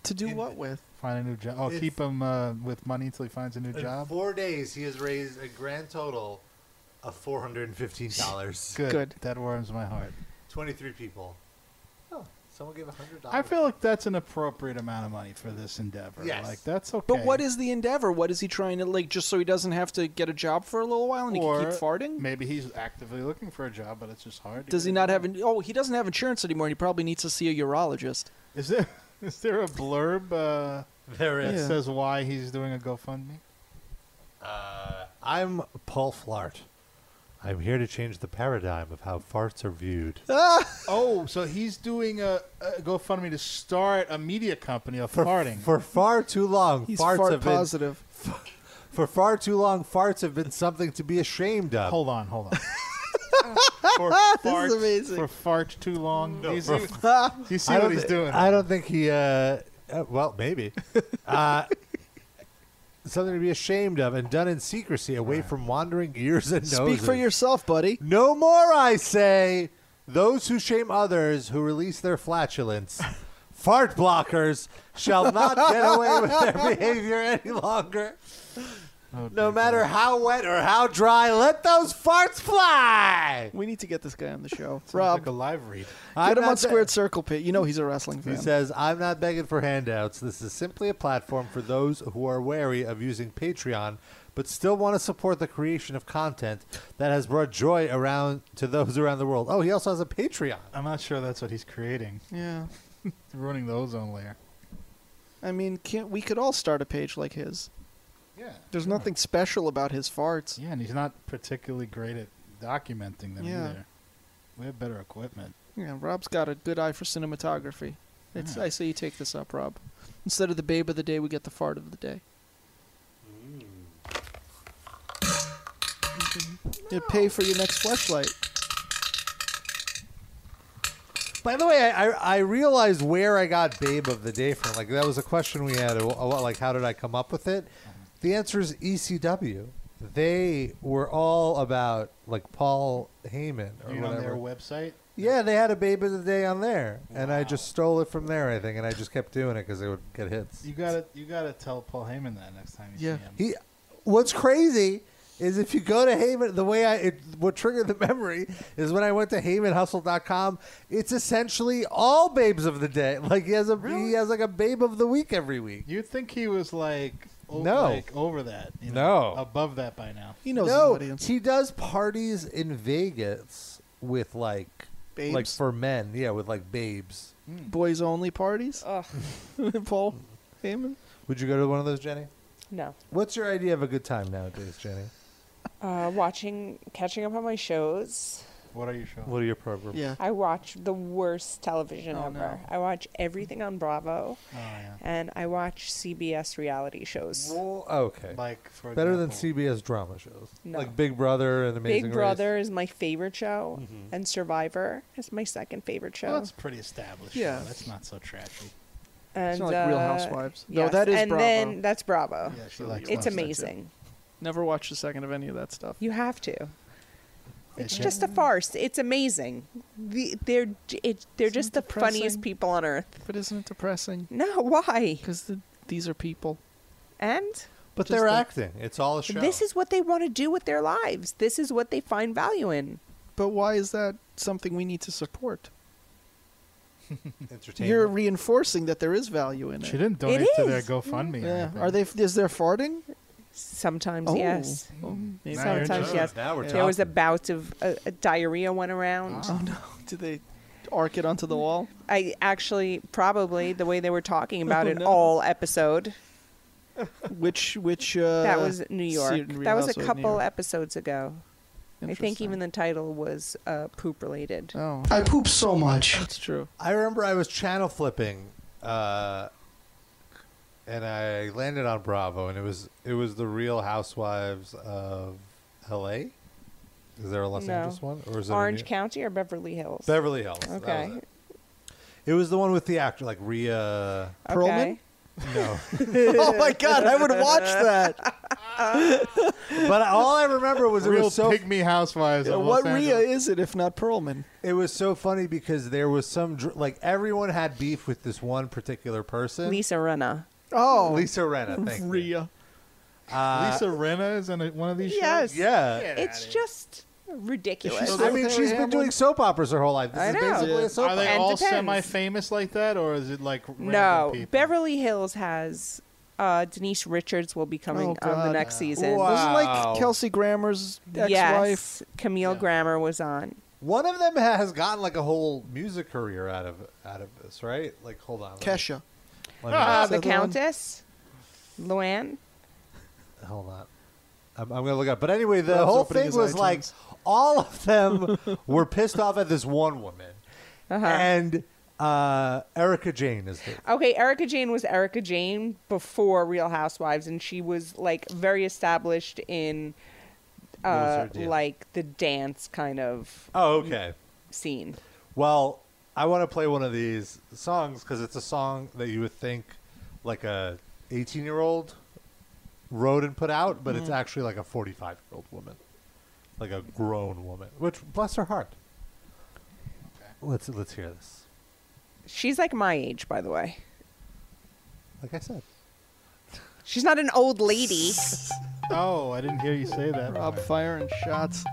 To do what with? Find a new job. Oh, It's- keep him uh, with money until he finds a new In job. four days, he has raised a grand total of $415. Good. That warms my heart. 23 people. Oh, someone gave $100. I feel like that's an appropriate amount of money for this endeavor. Yes. Like that's okay. But what is the endeavor? What is he trying to like? Just so he doesn't have to get a job for a little while and he or can keep farting? Maybe he's actively looking for a job, but it's just hard. to Does he get a not have? job. An, oh, he doesn't have insurance anymore. and He probably needs to see a urologist. Is there is there a blurb? Uh, There that is. says why he's doing a GoFundMe. Uh, I'm Paul Flart. I'm here to change the paradigm of how farts are viewed. oh, so he's doing a, a GoFundMe to start a media company of farting. For far too long, He's farts fart have been- positive. for far too long, farts have been something to be ashamed of. Hold on, hold on. for Ah, This is fart- amazing. For fart too long. Do you see, for do you see I what don't he's thi- doing? I don't think he. Uh, uh, well, maybe. Uh, something to be ashamed of and done in secrecy, away from wandering ears and Speak noses. for yourself, buddy. No more, I say. Those who shame others who release their flatulence, fart blockers, shall not get away with their behavior any longer. No matter how wet or how dry, let those farts fly. We need to get this guy on the show. Rob, like a live read. Get him on Squared Circle Pit. You know he's a wrestling fan. He says, I'm not begging for handouts. This is simply a platform for those who are wary of using Patreon, but still want to support the creation of content that has brought joy around to those around the world. Oh, he also has a Patreon. I'm not sure that's what he's creating. Yeah. Ruining the ozone layer. I mean, can't we could all start a page like his? Yeah. There's nothing special about his farts. Yeah, and he's not particularly great at documenting them Yeah. either. We have better equipment. Yeah, Rob's got a good eye for cinematography. Hmm. It's, I say you take this up, Rob. Instead of the babe of the day, we get the fart of the day. Mm-hmm. It'd pay for your next flashlight. By the way, I, I I realized where I got Babe of the Day from. Like that was a question we had. a wh- a wh- Like how did I come up with it? The answer is ECW. They were all about like Paul Heyman or You mean on whatever. their website? yeah, they had a Babe of the Day on there, and I just stole it from there. I think, and I just kept doing it because they would get hits. You gotta you gotta tell Paul Heyman that next time you see him. He, what's crazy is if you go to Heyman, the way I, it, what triggered the memory is when I went to HeymanHustle.com, it's essentially all babes of the day. Like he has a, he has like a babe of the week every week. You'd think he was like o- No. like over that. You know, No. Above that by now. no, he does parties in Vegas with like, like Babes? for men. Yeah. With like babes. Hmm. Boys only parties. Paul Heyman. Would you go to one of those, Jenny? No. What's your idea of a good time nowadays, Jenny? Uh, watching, catching up on my shows. What are you showing? What are your programs? I watch the worst television Oh, ever. no. I watch everything on Bravo. Oh, yeah. And I watch CBS reality shows. Oh, Okay. Like for better example, than CBS drama shows No. like Big Brother and Amazing Big Race. Brother is my favorite show, Mhm. and Survivor is my second favorite show. Well, that's pretty established. Yeah. Yeah, that's not so trashy. and not like Real uh, Housewives. No, yes, that is and Bravo. then that's Bravo. Yeah, she it's likes that stuff, too. amazing. Never watched a second of any of that stuff. You have to. It's Yeah. just a farce. It's amazing. The, they're j- it, they're just the funniest depressing? people on earth. But isn't it depressing? No, why? Because the, these are people. And But Just they're the- acting. It's all a show. this is what they want to do with their lives. This is what they find value in. But why is that something we need to support? entertainment. You're reinforcing that there is value in it. She didn't donate to their GoFundMe or Yeah. anything. Are they? Is there farting? Sometimes Oh. yes. Oh, maybe. Sometimes yes. there was a bout of a, a diarrhea went around. Oh no! Did they arc it onto the wall? I actually probably the way they were talking about Oh, it no. all episode. Which which? Uh, that was New York. se- that was a Real Housewives of New couple York. episodes ago. I think Interesting. even the title was uh, poop related. Oh. I poop so much. That's true. I remember I was channel flipping, uh, and I landed on Bravo, and it was it was the Real Housewives of L.A. Is there a Los No. Angeles one, or is it a Orange new- County or Beverly Hills? Beverly Hills? that was Okay. it. It was the one with the actor, like Rhea Okay. No. oh my god! I would watch that. But all I remember was it Real was so pygmy housewives. Yeah, of what Los Angeles. Rhea is it if not Perlman? It was so funny because there was some dr- like everyone had beef with this one particular person. Lisa Renna. Oh, Lisa Renna. Thank you. Rhea. Uh, Lisa Renna is in a, one of these Yes. shows. Yeah. Get It's just ridiculous. I mean, she's been doing soap operas her whole life. This I is know. basically a soap Are they opera. And all depends. semi-famous like that, or is it like random no. people? Beverly Hills has uh, Denise Richards will be coming Oh, on the God. next season. Wasn't Wow. like Kelsey Grammer's ex-wife. Yes, Camille Grammer was on. One of them has gotten like a whole music career out of out of this, right? Like, hold on, let me- Kesha. let me- Uh, the Is that the one? Countess, Luann. hold on. I'm, I'm gonna look up. But anyway, the Rob's whole opening thing his was like iTunes. all of them were pissed off at this one woman, Uh-huh. and uh, Erica Jane is the Okay, Erica Jane was Erica Jane before Real Housewives, and she was like very established in, What was uh, her deal? like the dance kind of Oh, okay. scene. Well, I want to play one of these songs because it's a song that you would think like a 18 year old wrote and put out, but it's Mm. Mhm. actually like a 45 year old woman, like a grown woman. Which bless her heart. Let's let's hear this. She's like my age, by the way. Like I said, She's not an old lady. Oh, I didn't hear you say that. Rob firing shots.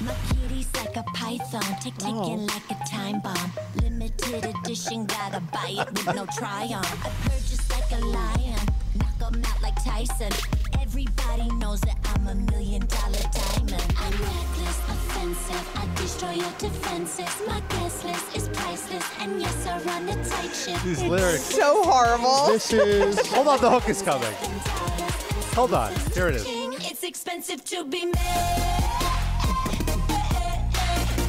My kitty's like a python, tick ticking Oh. like a time bomb. Limited edition, gotta buy it with no try on. I purchase like a lion, knock 'em out like Tyson. Everybody knows that I'm a million dollar diamond. I'm reckless, offensive, I destroy your defenses. My guest list is priceless, and yes, I run a tight ship. These lyrics. So horrible. This is. Hold on, the hook is coming. Hold on. Here it is. It's expensive to be made.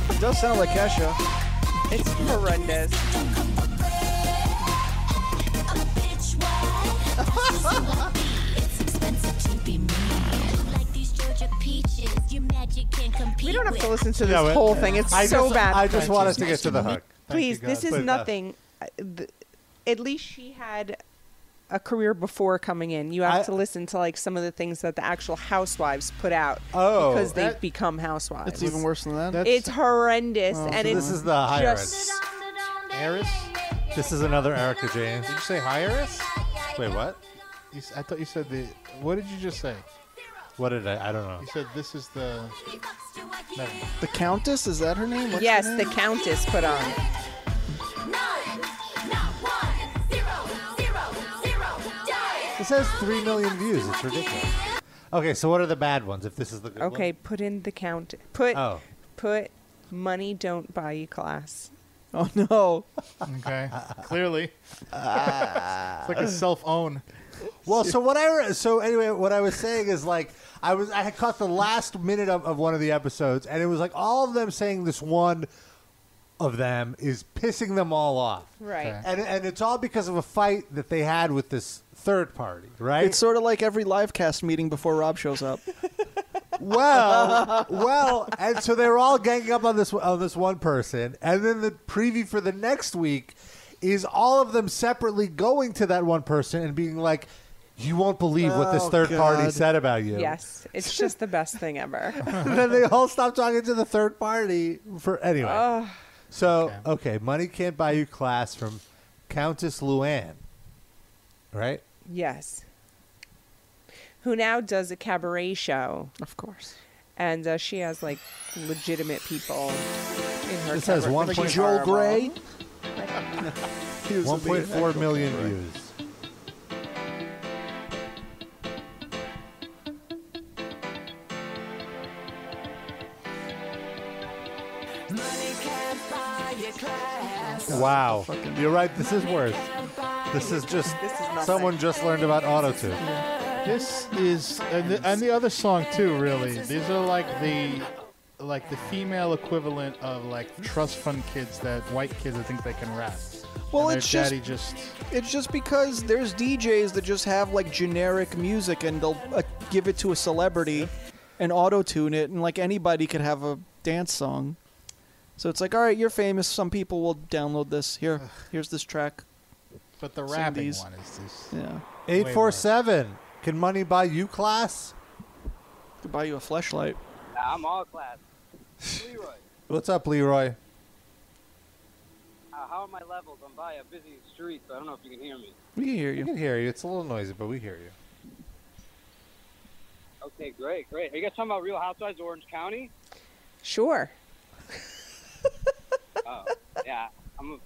It does sound like Kesha. It's horrendous. bitch, why? it's expensive to be me. Like these Georgia peaches, your magic can't compete. We don't have to with. listen to this Yeah, but- whole thing. It's I so just- bad. I just want us to get to the hook. Thank you, Please, this guys. is But, uh, nothing. I- th- At least she had a career before coming in. You have to listen to like some of the things that the actual housewives put out Oh, because they've that- become housewives. It's even worse than that. It's horrendous, Well, and so it's this is the high just res. Harris? This is another Erica James. Did you say Iris? Wait, what? You s- I thought you said the. What did you just say? What did I? I don't know. You said this is the. Never mind. The Countess is that her name? What's yes, her the name? Countess put on. This has 3 million views. It's ridiculous. Okay, so what are the bad ones if this is the good one? Okay, put in the count. Put Oh. put money don't buy you class. Oh no. Okay. Clearly. Ah. it's like a self own. Well, so what I re- so anyway, what I was saying is like I was I had caught the last minute of, of one of the episodes, and it was like all of them saying this one of them is pissing them all off, Right. Okay. And and it's all because of a fight that they had with this third party, right? It's sort of like every live cast meeting before Rob shows up. well, well, and so they were all ganging up on this on this one person, and then the preview for the next week is all of them separately going to that one person and being like, "You won't believe what this Oh, third party God. said about you." Yes, it's just the best thing ever. and then they all stop talking to the third party for anyway. Ugh. so okay. money can't buy you class from Countess Luann, right? Yes. Who now does a cabaret show? Of course. And uh, she has like legitimate people in her. This has cabaret- one Like point- Joel Horrible. Gray. One point four million views. Wow. You're right. This is worse. This is just someone just learned about autotune. This is and the, and the other song too. Really, these are like the like the female equivalent of like trust fund kids that white kids that think they can rap. Well, and it's their just- daddy just, It's just because there's DJs that just have like generic music and they'll uh, give it to a celebrity and auto tune it, and like anybody could have a dance song. So it's like, all right, you're famous. Some people will download this. Here, here's this track. but the Sing rapping these. one is just Yeah. Eight four seven. Can money buy you class? Could buy you a flashlight. I'm all class. Leroy, What's up, Leroy? uh, how are my levels? I'm by a busy street, so I don't know if you can hear me. We can hear you. We can hear you. It's a little noisy, but we hear you. Okay, great, great. Are you guys talking about Real Housewives of Orange County? Sure. Oh, yeah. I'm. A,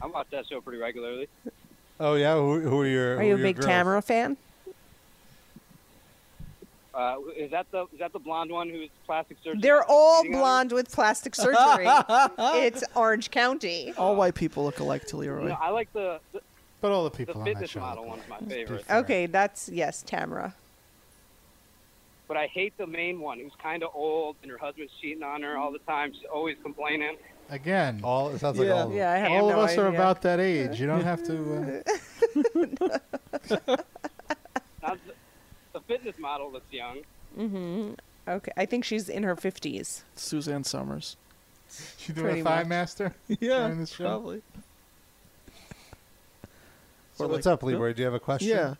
I watch that show pretty regularly. Oh yeah. Who, who are your? Are who you a your big girls? Tamara fan? Uh, is that the is that the blonde one who's plastic surgery? They're all cheating on her? blonde with plastic surgery. it's Orange County. All white people look alike to Leroy. No, I like the, the But all the the people on that fitness show. model one's my favorite. Okay, that's yes, Tamara. But I hate the main one who's kind of old and her husband's cheating on her all the time. She's always complaining. Again, all it sounds like all of them. Yeah, I have all no of us are idea. about that age. You don't have to. Uh, Now, the, the fitness model looks young. Mm-hmm. Okay, I think she's in her fifties. Suzanne Summers. she doing a Pretty thigh much. master Yeah, during this show? probably. So Or what's like- up, Leroy? Do you have a question? Yeah.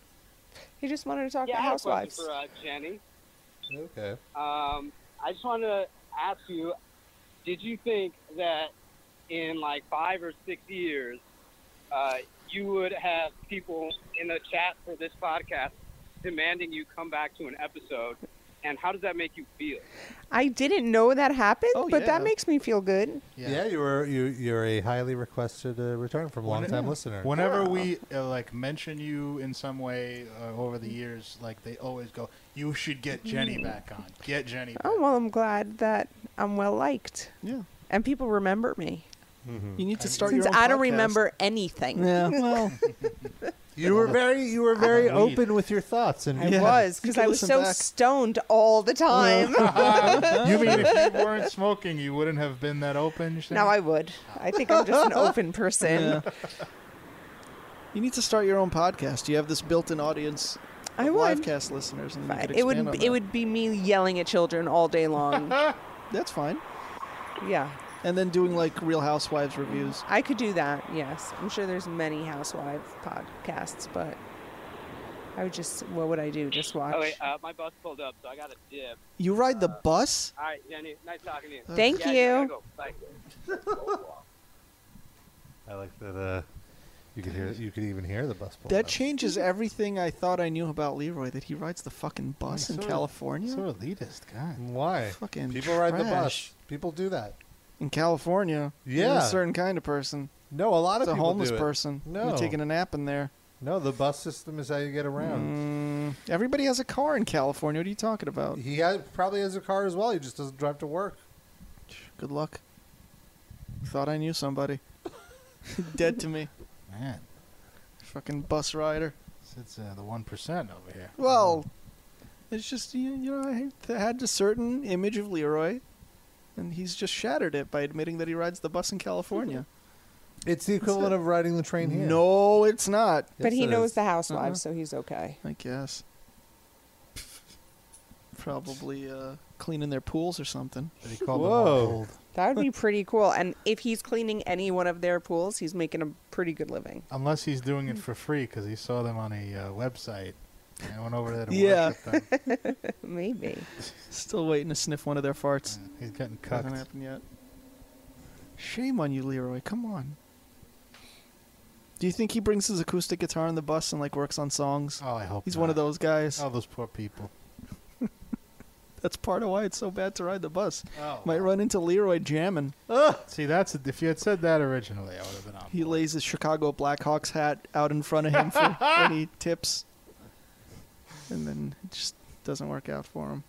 He just wanted to talk yeah, to I have a question housewives. for uh, Jenny. Okay. Um, I just want to ask you: Did you think that in like five or six years, uh, you would have people in the chat for this podcast demanding you come back to an episode, and how does that make you feel? I didn't know that happened, Oh, but that yeah. makes me feel good. Yeah, you were you you're a highly requested uh, return from long time Yeah. listener. Whenever we uh, like mention you in some way uh, over the years, like they always go, "You should get Jenny back on. Get Jenny." Back. Oh well, I'm glad that I'm well liked. Yeah. And people remember me. Mm-hmm. You need to start Since your own I don't podcast. remember anything. Yeah, well. you were very you were very Weed. open with your thoughts, and I was because I was so stoned all the time. you mean if you weren't smoking, you wouldn't have been that open? you're saying? No, I would. I think I'm just an open person. Yeah. You need to start your own podcast. You have this built-in audience. I of would. Livecast listeners, and you could It would expand on it that. would be me yelling at children all day long. That's fine. Yeah. And then doing like Real Housewives reviews. I could do that. Yes, I'm sure there's many housewife podcasts, but I would just what would I do? Just watch. Oh wait, uh, my bus pulled up, so I got to dip. You ride the bus? All right, Jenny, nice talking to you. Thank Yeah, yeah, I you. gotta go. Bye. I like that. Uh, you could hear you could even hear the bus. pull That up. changes everything I thought I knew about Leroy. That he rides the fucking bus Yeah, in so- California. so elitist, God. Why? Fucking people ride the bus. trash. People do that. in California. you're Yeah. a certain kind of person. No, a lot of it's people a homeless do it. person. No. you're taking a nap in there. No, the bus system is how you get around. Mm, everybody has a car in California. What are you talking about? He has, probably has a car as well. He just doesn't drive to work. Good luck. Thought I knew somebody. Dead to me. Man, Fucking bus rider. it's uh, the one percent over here. Well, it's just you, you know I had- had a certain image of Leroy, and he's just shattered it by admitting that he rides the bus in California. It's the equivalent of riding the train here. No, it's not. but he knows the housewives, Uh-uh. so he's okay. I guess. Probably uh, cleaning their pools or something. Whoa. That would be pretty cool. And if he's cleaning any one of their pools, he's making a pretty good living. Unless he's doing it for free because he saw them on a uh, website and went over there to Yeah. worship them. Maybe. Still waiting to sniff one of their farts. He's getting Hasn't cucked. happened yet. Shame on you, Leroy. Come on. Do you think he brings his acoustic guitar on the bus and like works on songs? Oh, I hope he's one of not. those guys. All those poor people. That's part of why it's so bad to ride the bus. Oh. Ah! Might run into Leroy jamming. See, that's if you had said that originally, I would have been on. He lays his Chicago Blackhawks hat out in front of him for any tips, and then it just doesn't work out for him.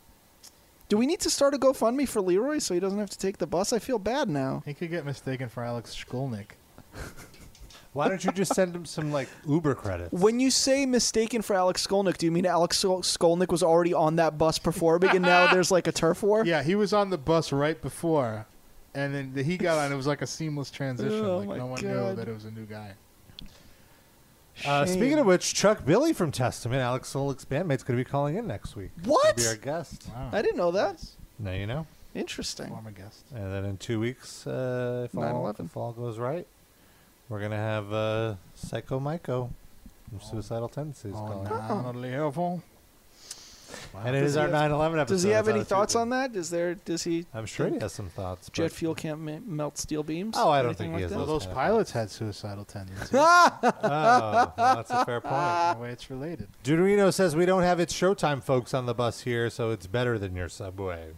Do we need to start a GoFundMe for Leroy so he doesn't have to take the bus? I feel bad now. He could get mistaken for Alex Skolnick. Why don't you just send him some like Uber credits? When you say mistaken for Alex Skolnick, do you mean Alex Skol- Skolnick was already on that bus performing and now there's like a turf war? Yeah, he was on the bus right before, and then the- he got on. It was like a seamless transition. Oh, like my no one knew God. that it was a new guy. Uh, speaking of which, Chuck Billy from Testament, Alex Solik's bandmate's going to be calling in next week. What? To be our guest. I didn't know that. Now you know. Interesting. Former guest. And then in two weeks, uh, if, all, 9/11. if all goes right, we're going to have uh, Psycho Myco Oh. from Suicidal Tendencies calling in. And it Does is he our have- 9 11 episode. Does he have It's on any a thoughts Tuesday. on that? Is there? Does he? I'm sure he think has some thoughts. Jet but- fuel can't ma- melt steel beams. Oh, I don't Anything think he like has Well, that? those kind of pilots had suicidal tendencies. Oh, well, that's a fair point. That way it's related. Junarino says we don't have its showtime folks on the bus here, so it's better than your subway.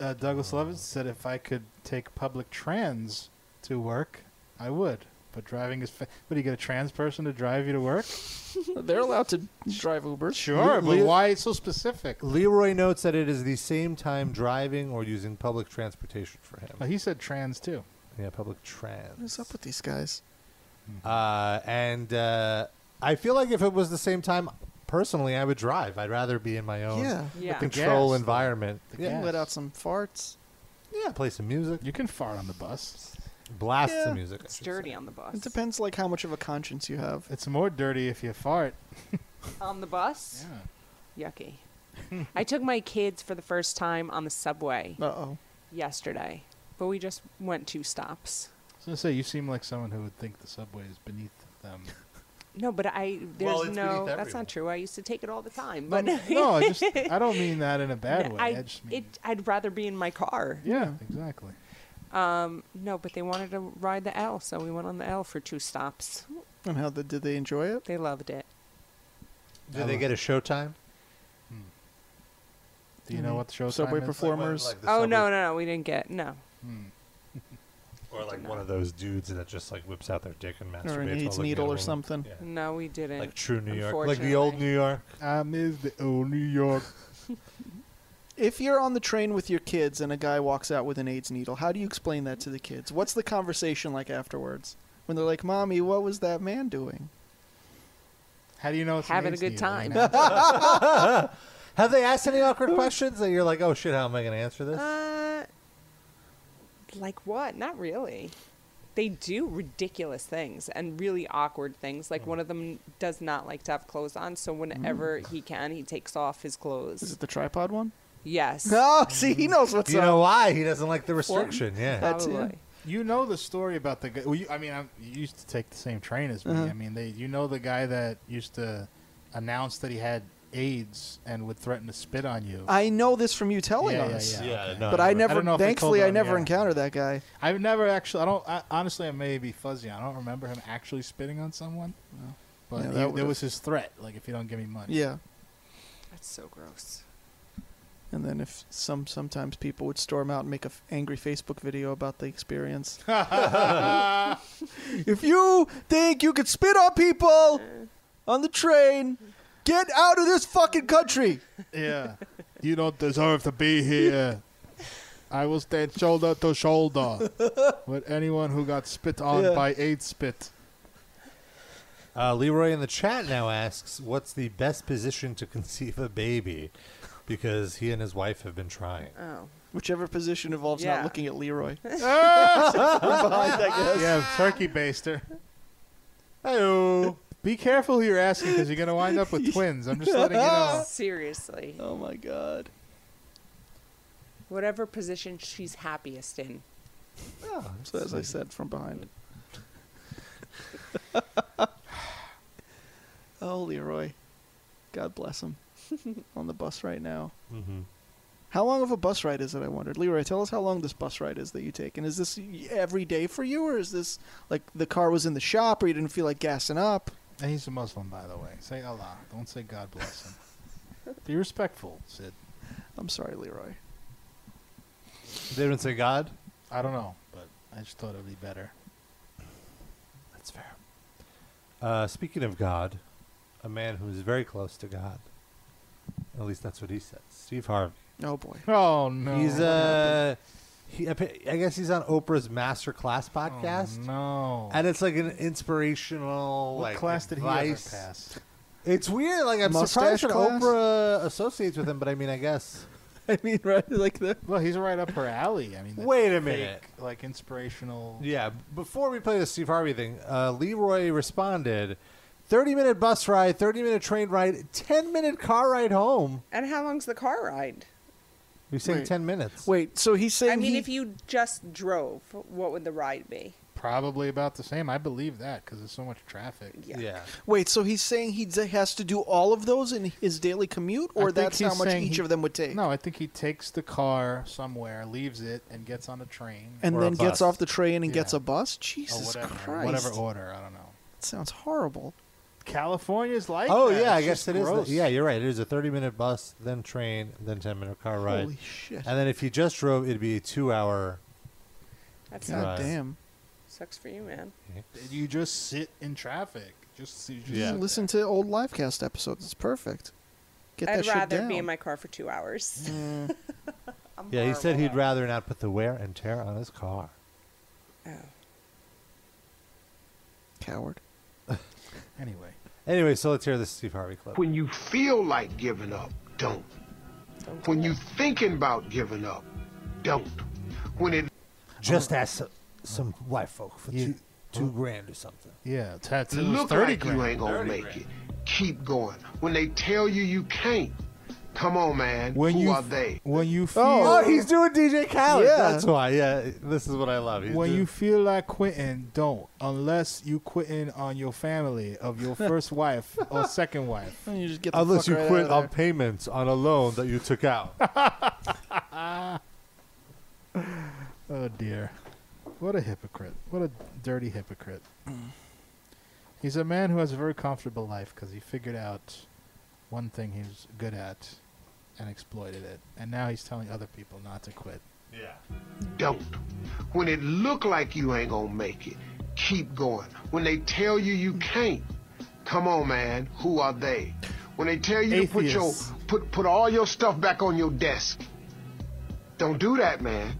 Uh, Douglas Lovett said if I could take public trans to work, I would. But driving is. Fa- what, do you get a trans person to drive you to work? They're allowed to drive Uber. Sure, but Le- why so specific? Leroy notes that it is the same time driving or using public transportation for Oh, him. he said trans too. Yeah, public trans. What's up with these guys? Uh, and uh, I feel like if it was the same time, personally, I would drive. I'd rather be in my own Yeah. Yeah. The control gas, environment. the Yeah. gas. Let out some farts. yeah, play some music, You can fart on the bus. blast Yeah. some music. I It's should dirty say. on the bus. It depends, like how much of a conscience you have. It's more dirty if you fart. On the bus? Yucky. I took my kids for the first time on the subway Uh oh. yesterday, but we just went two stops. I was gonna say you seem like someone who would think the subway is beneath them. No, but I there's Well, it's no beneath that's everyone. not true. I used to take it all the time, but no, no, I just I don't mean that in a bad way. I, I, just it, mean I'd rather be in my car. yeah, exactly. Um, no, but they wanted to ride the L, so we went on the L for two stops. And how the, did they enjoy it? They loved it. Do they get a showtime? Hmm. Do you know what the show Hmm. Subway time is? performers. Like the oh subway- no, no, no, we didn't get no. Or like one of those dudes that just like whips out their dick and masturbates. Or an while AIDS looking at a needle or woman. something. No, we didn't. Like true New York, like the old New York. I miss the old New York. If you're on the train with your kids and a guy walks out with an AIDS needle, how do you explain that to the kids? What's the conversation like afterwards? When they're like, "Mommy, what was that man doing?" How do you know it's Having a good time. Have they asked any awkward questions that you're like, oh shit, how am I going to answer this? Uh, like what? Not really. They do ridiculous things and really awkward things. Hmm. Like one of them does not like to have clothes on, so whenever he can, he takes off his clothes. Is it the tripod one? Yes. No, see, he knows Do you know why he doesn't like the restriction? Yeah, You know the story about the guy. Well, you, I mean, I'm, you used to take the same train as me. Uh-huh. I mean, they, you know the guy that used to announce that he had AIDS and would threaten to spit on you. I know this from you telling Yeah, yeah, us. yeah, Yeah, okay. no, but I I don't never. know if they told thankfully, I them, never yeah. encountered that guy. I've never actually. I don't. I, honestly, I may be fuzzy. I don't remember him actually spitting on someone. But Yeah, he- that there would've- was his threat, like if you don't give me money. Yeah. That's so gross. And then if some sometimes people would storm out and make an angry Facebook video about the experience. if you think you could spit on people on the train, get out of this fucking country. Yeah. you don't deserve to be here. I will stand shoulder to shoulder with anyone who got spit on Yeah. by AIDS spit. Uh, Leroy in the chat now asks, "What's the best position to conceive a baby?" Because he and his wife have been trying. Oh. Whichever position involves Yeah. not looking at Leroy. Yeah, turkey baster. Hello. Be careful who you're asking because you're going to wind up with twins. I'm just letting you know. Seriously. Oh my god. Whatever position she's happiest in. So as I said from behind. oh, Leroy. God bless him. On the bus right now. Mm-hmm. How long of a bus ride is it? I wondered. Leroy, tell us how long this bus ride is that you take, and is this y- every day for you, or is this like the car was in the shop, or you didn't feel like gassing up? And he's a Muslim, by the way. Say Allah. Don't say God bless him. Be respectful, Sid. I'm sorry, Leroy. They didn't say God. I don't know, but I just thought it would be better. That's fair. Uh, speaking of God, a man who is very close to God. At least that's what he said. Steve Harvey. Oh boy. Oh no. He's uh, he, I guess he's on Oprah's Master Class podcast. Oh, no. And it's like an inspirational. What like, class did he ever advice. pass? It's weird. Like I'm Mustache surprised that class? Oprah associates with him, but I mean, I guess. I mean, right? Like the. Well, he's right up her alley. I mean, the Wait a fake, minute. Like inspirational. Yeah. Before we play the Steve Harvey thing, uh, Leroy responded. 30 minute bus ride, 30 minute train ride, 10 minute car ride home. And how long's the car ride? You're saying Wait. 10 minutes. Wait, so he's saying I mean, he- if you just drove, what would the ride be? Probably about the same. I believe that because there's so much traffic. Yeah. Wait, so he's saying he d- has to do all of those in his daily commute, I or think that's he's how much saying each he- of them would take, No, I think he takes the car somewhere, leaves it, and gets on a train. and or a then gets bus. off the train and gets Yeah. a bus? Or Jesus whatever, Christ! Whatever order, I don't know. That sounds horrible. California's like. Oh that. yeah, I It's guess just it is. gross. the- yeah, you're right. It is a 30 minute bus, then train, then 10 minute car ride. Holy shit. And then if you just drove, it'd be a two hour. That God sucks. damn. Sucks for you, man. You just sit in traffic. Just, you just Just sit listen to old livecast episodes. It's perfect. Get I'd that shit rather down. Mm. be in my car for two hours. I'm Yeah, he said horrible. he'd rather not put the wear and tear on his car. Oh. Coward. Anyway. Anyway, so let's hear this Steve Harvey clip. When you feel like giving up, don't. When you thinking about giving up, don't. When it Just ask some, some white folk for two, two Well- grand or something. Yeah, tattoos. look 30 like you grand. ain't gonna 30 make it, keep going. When they tell you you can't, come on, man. When Who you are they? When you feel. Oh, he's doing DJ Khaled. Yeah. That's why. Yeah, this is what I love. He's when doing- you feel like quitting, don't. Unless you quitting on your family of your first wife or second wife. And you just get the unless fuck you right quit out on of payments on a loan that you took out. Oh dear. What a hypocrite. What a dirty Mm. hypocrite. He's a man who has a very comfortable life because he figured out one thing he was good at and exploited it. And now he's telling other people not to quit. Yeah. Don't. When it look like you ain't gonna make it, keep going. When they tell you you can't, come on, man. Who are they? When they tell you to put your Atheists. put put all your stuff back on your desk, don't do that, man.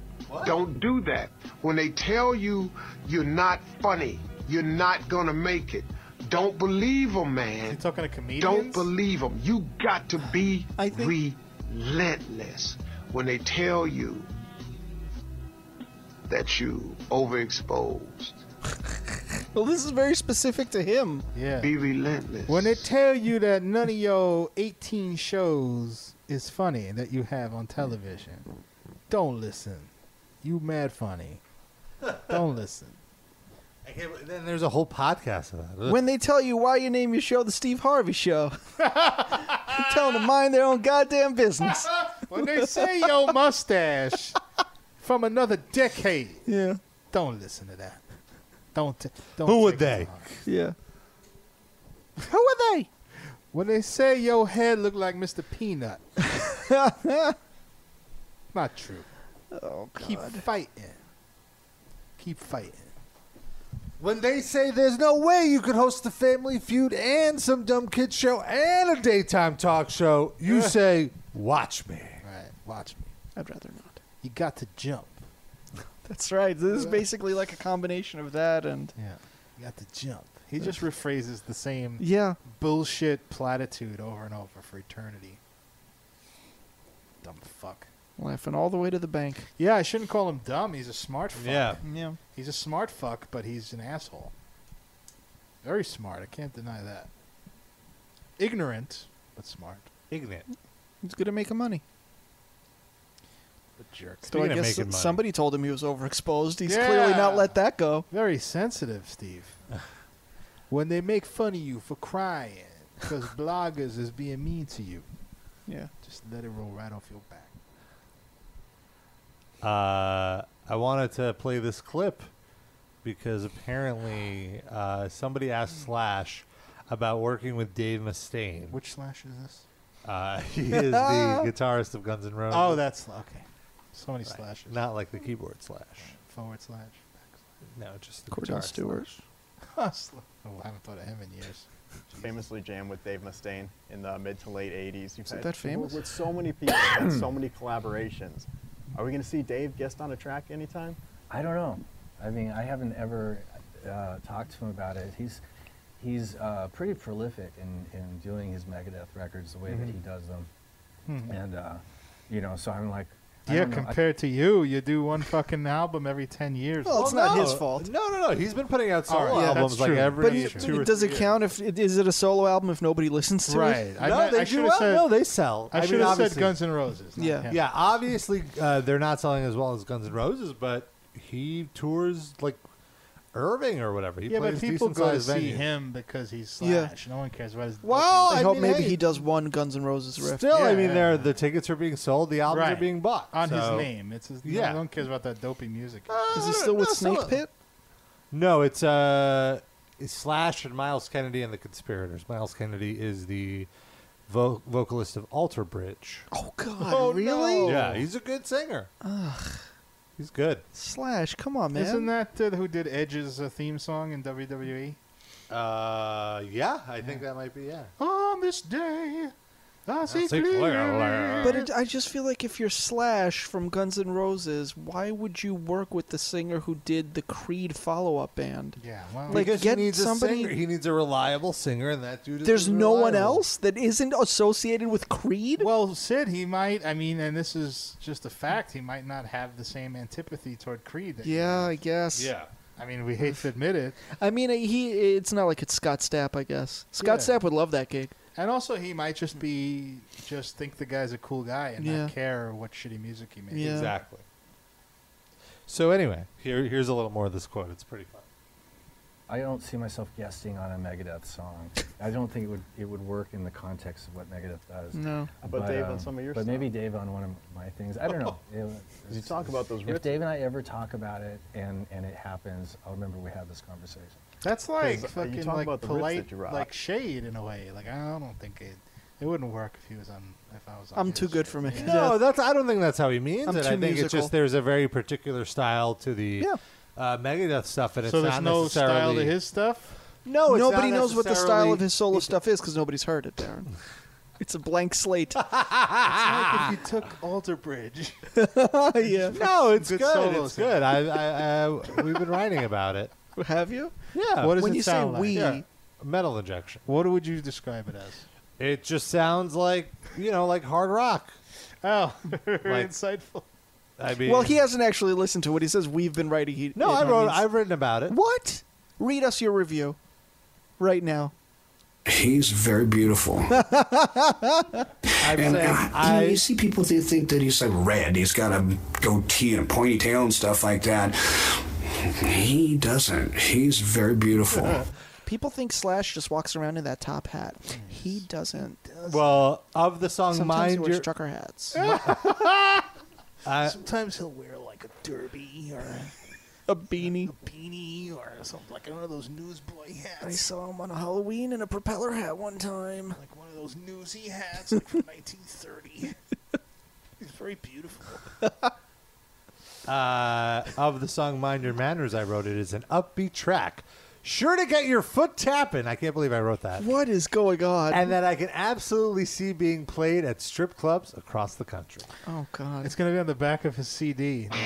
Don't do that. When they tell you you're not funny, you're not gonna make it. Don't believe them, man. You talking to Don't comedians? believe them. You got to be relentless. When they tell you that you overexposed, Well, this is very specific to him. Yeah. be relentless. When they tell you that none of your 18 shows is funny that you have on television, don't listen. You mad funny. Don't listen. I can't, believe- then there's a whole podcast of that. Ugh. When they tell you why you name your show the Steve Harvey Show, tell them to mind their own goddamn business. when they say your mustache from another decade, yeah, don't listen to that. Don't. T- don't Who would take it they? Yeah. Who are they? When they say your head look like Mr. Peanut, not true. Oh, Keep fighting. Keep fighting. When they say there's no way you could host the Family Feud and some dumb kid show and a daytime talk show, you say, "Watch me." Right, watch me. I'd rather not. You got to jump. That's right. This is basically like a combination of that and yeah, you got to jump. He just rephrases the same Yeah. bullshit platitude over and over for eternity. Dumb fuck. laughing all the way to the bank. Yeah, I shouldn't call him dumb. He's a smart fuck. Yeah. Yeah. He's a smart fuck, but he's an asshole. Very smart. I can't deny that. Ignorant, but smart. Ignorant. He's good at making money. A jerk. So I guess s- somebody told him he was overexposed. He's clearly not Yeah. let that go. Very sensitive, Steve. when they make fun of you for crying because bloggers is being mean to you. Yeah. Just let it roll right off your back. Uh, I wanted to play this clip because apparently uh, somebody asked Slash about working with Dave Mustaine. Which slash is this? Uh, he is the guitarist of Guns N' Roses. Oh, that's okay. So many slashes. Not like the keyboard slash. Forward slash. No, just the Cordell guitar Stewart. Huh, sla- oh, I haven't thought of him in years. famously jammed with Dave Mustaine in the mid to late 80s. You've Is it that famous? With so many people, you've had so many collaborations. Are we going to see Dave guest on a track anytime? I don't know. I mean, I haven't ever uh, talked to him about it. He's he's uh, pretty prolific in, in doing his Megadeth records the way Mm-hmm. that he Mhm. does them, Mhm. and uh, you know, so I'm like, I Yeah, don't know. I- compared to you, you do one fucking album every ten years. Well, it's not his fault. No, no, no. He's been putting out All solo right, Oh, yeah, albums that's like true. every But two or Does it three count if it, is it a solo album if nobody listens to Right. it? I No, meant- they I do should've well. said- No, they sell. I I, mean, should have said obviously. Guns N' Roses. not Yeah. him. Yeah. Obviously, uh, they're not selling as well as Guns N' Roses, but he tours like Irving or whatever. He yeah, plays but people go to decent-sized see venues. him because he's Yeah. Slash. No one cares about his. I, hope maybe he does one Guns N' Roses riff. Still, I mean, they're, the tickets are being sold, the albums Right. are being bought on so- his name. It's his. Yeah. Uh, No one cares about that dopey music. Is he still with no, some Snake of- Pit? No, it's uh, it's Slash and Miles Kennedy and the Conspirators. Miles Kennedy is the vo- vocalist of Alter Bridge. Oh God, Oh, really? no. Yeah, he's a good singer. He's good. Slash, come on, man. Isn't that uh, who did Edge's uh, theme song in E? WWE? Uh, yeah, I think that might be yeah. On this day, I see see clearly. clearly. But it, I just feel like if you're Slash from Guns N' Roses, why would you work with the singer who did the Creed follow-up band? Yeah, well, like because get he needs somebody. a singer. He needs a reliable singer, and that dude. Is There's no one reliable. else that isn't associated with Creed. Well, Sid, he might. I mean, and this is just a fact. He might not have the same antipathy toward Creed. That you Yeah, have. I guess. I mean, we hate to admit it, I mean, he. It's not like it's Scott Stapp, I guess. Scott Yeah. Stapp would love that gig. and also he might just be just think the guy's a cool guy and Yeah. not care what shitty music he makes. Yeah. Exactly. So anyway, here here's a little more of this quote. It's pretty fun. I don't see myself guesting on a Megadeth song. I don't think it would it would work in the context of what Megadeth does. No. But Dave on some of your But maybe Dave on one of my things. I don't know. It- You talk about those If riffs. Dave and I ever talk about it and and it happens, I'll remember we had this conversation. That's like 'Cause, uh, you fucking talk like about the riffs polite, that you rock. like shade in a way. Like I don't think it. It wouldn't work if he was on. If I was on. I'm his too good shit. for me. No, that's. I don't think that's how he means I'm it. I too think it's musical. just there's a very particular style to the uh, Megadeth stuff, and it's So there's not no necessarily style to his stuff. No, it's nobody not knows what the style necessarily- of his solo stuff is because nobody's heard it, Darren. It's a blank slate. Ah! It's like if you took Alter Bridge. yeah. No, it's good. Good solo It's stuff. good. I, I, I, we've been writing about it. Have you? Yeah. What does When it you say sound like? we- Yeah. metal injection. What would you describe it as? It just sounds like you know, like hard rock. Oh, Like- insightful. I mean, well, he hasn't actually listened to what he says. We've been writing. He, No, it I wrote. means- I've written about it. What? Read us your review right now. He's very beautiful. and uh, you, know, you see people they think that he's like red. He's got a goatee and a ponytail and stuff like that. He doesn't. He's very beautiful. People think Slash just walks around in that top hat. He doesn't. Well, of the song Sometimes he "Mind wears Your," trucker hats. I- Sometimes he'll wear like a derby or a beanie. a beanie or something like one of those newsboy hats. I saw him on a Halloween in a propeller hat one time. Like one of those newsy hats like from 1930. He's very beautiful. uh, of the song "Mind Your Manners," I wrote it is an upbeat track, sure to get your foot tapping. I can't believe I wrote that. What is going on? And that I can absolutely see being played at strip clubs across the country. Oh God! It's gonna be on the back of his CD.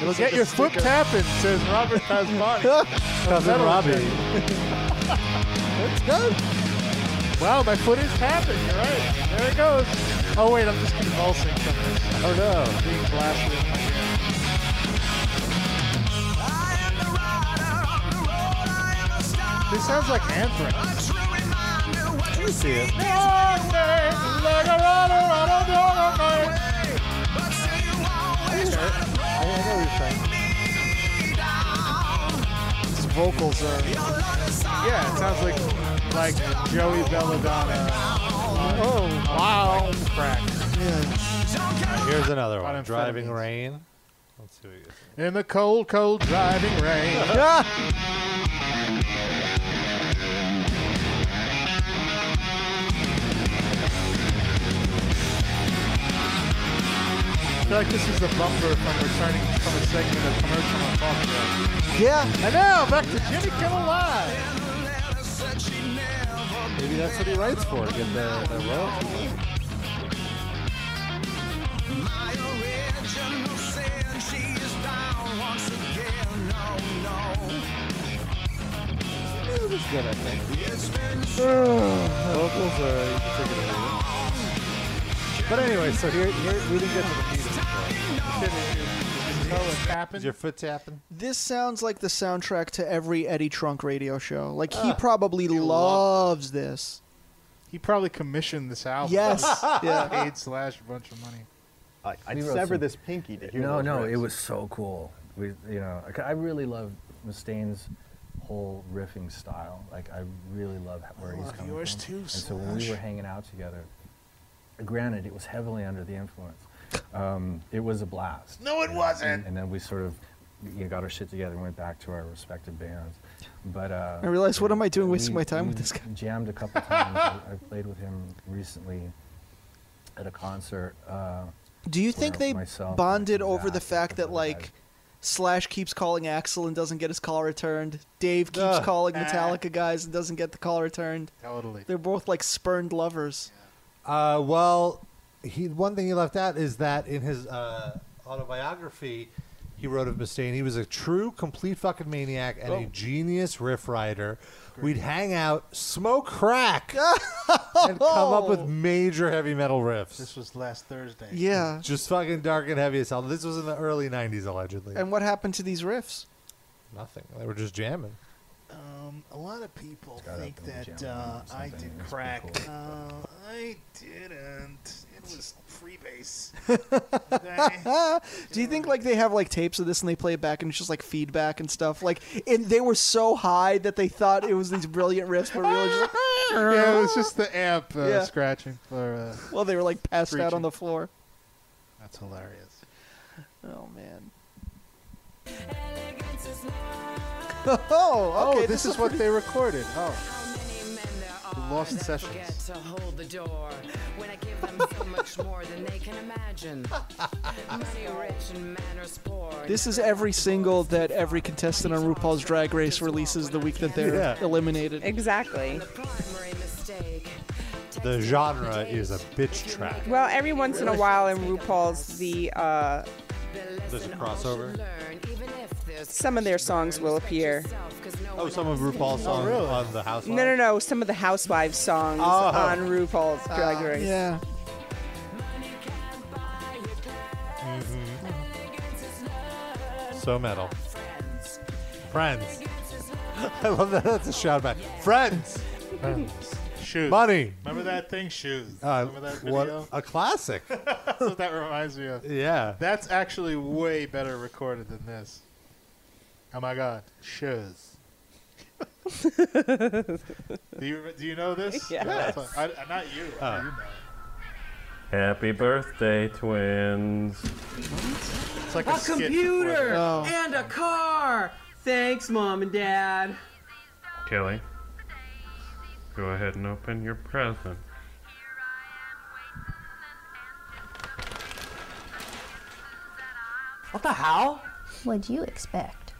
It'll get your foot tapping, says Robert Tasmani. Cousin Metal Robbie. That's good. Wow, my foot is tapping. You're right. There it goes. Oh wait, I'm just convulsing from this. Oh no, being blasted. in my hand. This sounds like Anthrax. You see it. His vocals are. Yeah, it sounds like like Joey Belladonna. Oh wow! Crack. Here's another one. On Driving amphetamines. rain. Let's see what you In the cold, cold driving rain. I feel like this is the bumper from returning from a segment of commercial on Fox Show. Yeah. And now back to Jimmy Kimmel Live. Maybe that's what he writes for. Get the, the royalty. It was good, I think. Vocals are you can take it or leave it. But anyway, so here, here we didn't get to the meat of the story. Is your foot tapping? This sounds like the soundtrack to every Eddie Trunk radio show. Like he probably loves this. He probably commissioned this album. Yes. Yeah. Paid slash a bunch of money. I, I'd We wrote sever some- this pinky to hear No, those no, riffs. it was so cool. We, you know, I- I really love Mustaine's whole riffing style. Like, I really love h- where he's love coming yours from. too, and so when we were Slash. hanging out together, granted, it was heavily under the influence. Um, it was a blast. No, it you know, wasn't. And, and then we sort of you know, got our shit together and went back to our respective bands. But uh, I realized, what am I doing wasting we- my time we with this guy? Jammed a couple times. I, I played with him recently at a concert. Uh, Do you where think they myself and- bonded over the fact that like Slash keeps calling Axel and doesn't get his call returned? Dave keeps Ugh. calling Ah. Metallica guys and doesn't get the call returned. Totally. They're both like spurned lovers. Uh, well, he one thing he left out is that in his uh, autobiography, he wrote of Mustaine, he was a true, complete fucking maniac and a Oh. genius riff writer. We'd hang out, smoke crack, and come up with major heavy metal riffs. This was last Thursday. Yeah. Just fucking dark and heavy as hell. This was in the early '90s, allegedly. And what happened to these riffs? Nothing. They were just jamming. Um, a lot of people got think up and that jammed uh, on something. I did It's pretty crack. cool. Uh, I didn't. It was freebase. Do you think like they have like tapes of this and they play it back and it's just like feedback and stuff? Like, and they were so high that they thought it was these brilliant riffs, but really just like, yeah, it was just the amp uh, Yeah. scratching for. Uh, well, they were like passed out Preaching. on the floor. that's hilarious. Oh man. Oh, Oh, okay. this, is what they recorded. Oh. Lost Don't Sessions. forget to hold the door when I give them so much more than they can imagine. Money rich and manners poor. This is every single that every contestant on RuPaul's Drag Race releases the week that they're Yeah. eliminated. Exactly. The genre is a bitch trap. Well, every once in a while in RuPaul's, the uh, There's a crossover. some of their songs will appear. Oh, some of RuPaul's songs on the house. No, no, no. Some of the Housewives songs Oh. on RuPaul's Drag Race. Uh, Yeah. Mm-hmm. So metal. Friends. I love that. That's a shout back. Friends. Friends. Shoes. Money. Remember that thing, shoes. Uh, Remember that what video? a classic. That's what that reminds me of. Yeah. That's actually way better recorded than this. Oh my god, shoes. Oh do you re- do you know this? Yes. That's what- I, I- not you. Oh. I know you know. Happy birthday, twins. It's like a, a skit before computer that. Oh. and a car. Thanks, mom and dad. Kelly, go ahead and open your present. What the hell? What'd you expect?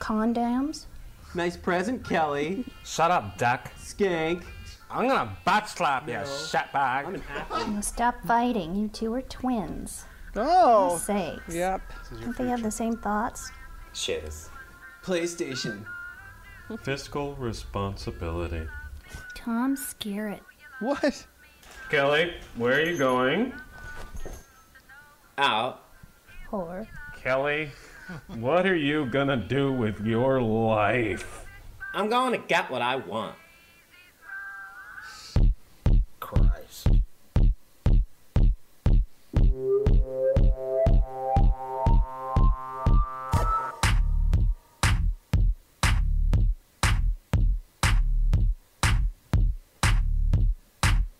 Condoms? Nice present, Kelly. Shut up, duck. Skank. I'm gonna butt slap you, shitbag. I'm an And stop fighting, you two are twins. Oh! For sakes. Yep. Don't they have the same thoughts? Shiz. PlayStation. Fiscal responsibility. Tom Skerritt. What? Kelly, where are you going? Out. Whore. Kelly, what are you gonna do with your life? I'm going to get what I want. Christ.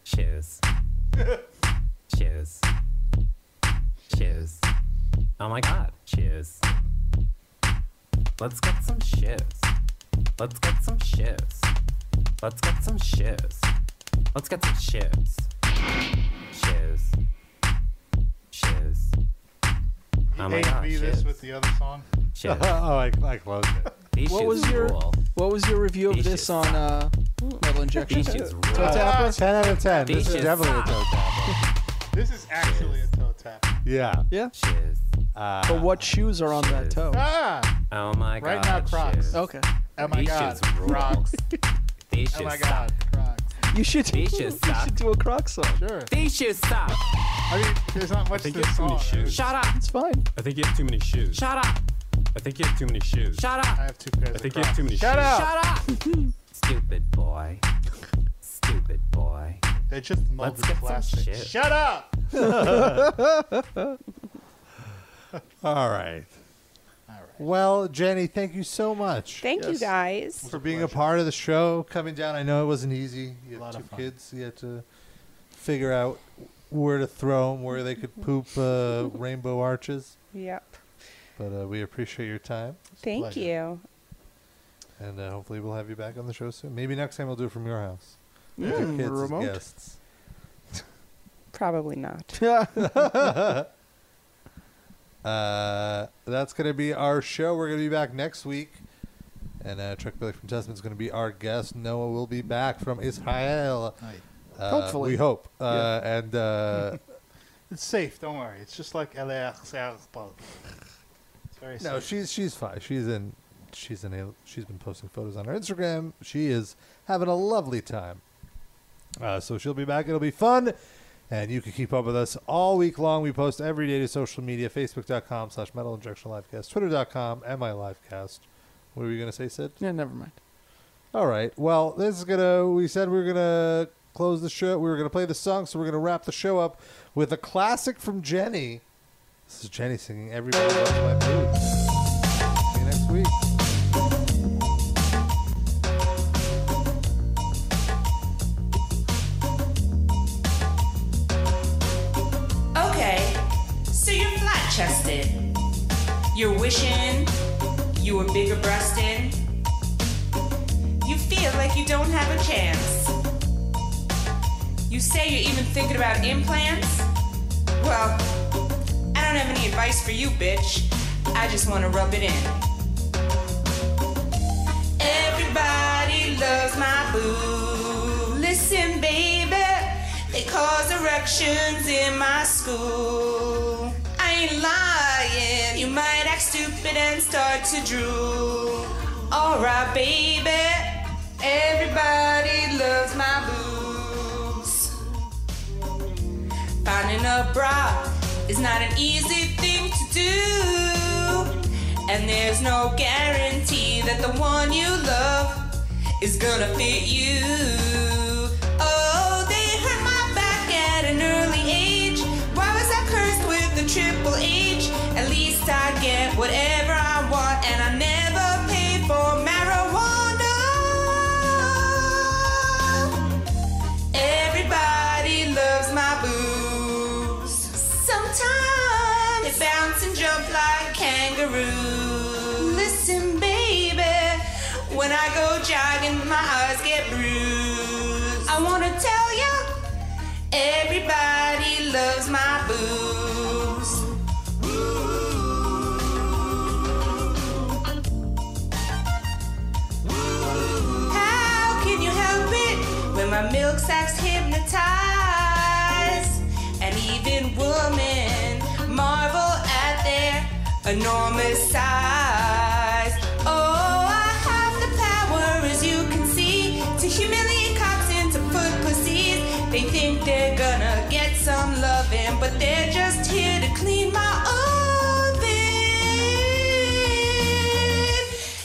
Shiz. Shiz. Shiz. Oh my god, shiz. Let's get some shiz. Let's get some shiz. Let's get some shiz. Let's get some shiz. Shiz. Shiz. Oh my Hey, god, be shiz. this with the other song. Shiz. oh, I, I closed it. What was your What was your review of this on uh, Metal Injection? These shits Toe Uh, Tapper? 10 out of 10. This These is shits definitely a suck. toe tap. This is actually a toe tap. Yeah. Yeah. Uh, but what shoes are on that toe? Ah! Oh my god. Right now, Crocs. shiz. Okay. Oh my These god, shits rule. Crocs. These Oh my shits god, Crocs. You should. These shits you suck. should do a Croc song. Sure. These shoes suck. I mean, there's not much think to it's too many song. shoes. Shut up. It's fine. I think you have too many shoes. Shut up. I think you have too many shoes. Shut up. I have two pairs. I think of you have too many Shut shoes. up! Shut up. Stupid boy. Stupid boy. They just molded plastic. shit. Shut up! All right. Well, Jenny, thank you so much. Thank you guys. for being a part of the show, coming down. I know it wasn't easy. You had two kids. You had to figure out where to throw them, where they could poop uh, rainbow arches. Yep. But uh, we appreciate your time. It's a Thank pleasure. you. And uh, hopefully we'll have you back on the show soon. Maybe next time we'll do it from your house. With your Mm, kids as remote. guests. Probably not. Uh, that's going to be our show. We're going to be back next week. And uh, Chuck Billy from Testament is going to be our guest. Noah will be back from Israel. Uh, Hopefully. We hope. Uh, And uh, It's safe. Don't worry. It's just like LAXL. It's very no, safe. she's she's fine. She's in she's in a, she's been posting photos on her Instagram. She is having a lovely time. Uh, so she'll be back. It'll be fun. And you can keep up with us all week long. We post every day to social media, facebook.com slash metal injection livecast, twitter.com, and my livecast. What were you gonna say, Sid? Yeah, never mind. All right. Well, this is gonna. We said we were gonna close the show. We were gonna play the song, so we're gonna wrap the show up with a classic from Jenny. This is Jenny singing "Everybody Loves My Boots." See you next week. Okay, so you're flat chested. You're wishing you were bigger breasted. You feel like you don't have a chance. You say you're even thinking about implants? Well, I don't have any advice for you, bitch. I just want to rub it in. Everybody loves my boo. Listen, baby, they cause erections in my school. I ain't lying. You might act stupid and start to drool. Alright, baby, everybody loves my boobs. Finding a bra is not an easy thing to do. And there's no guarantee that the one you love is gonna fit you. Oh, they hurt my back at an early age. Why was I cursed with a triple H? At least I get whatever I want, and I never pay for marijuana. Everybody loves my boobs. Sometimes they bounce and jump like kangaroos. Listen, baby, when I go jogging, my eyes get bruised. I wanna tell ya, everybody loves my boobs. How can you help it when my milk sack's hypnotized? And even women marvel at their enormous size. Oh, I have the power, as you can see, to humiliate cops and to put pussies. They think they're gonna get some loving, but they're just here to clean my oven.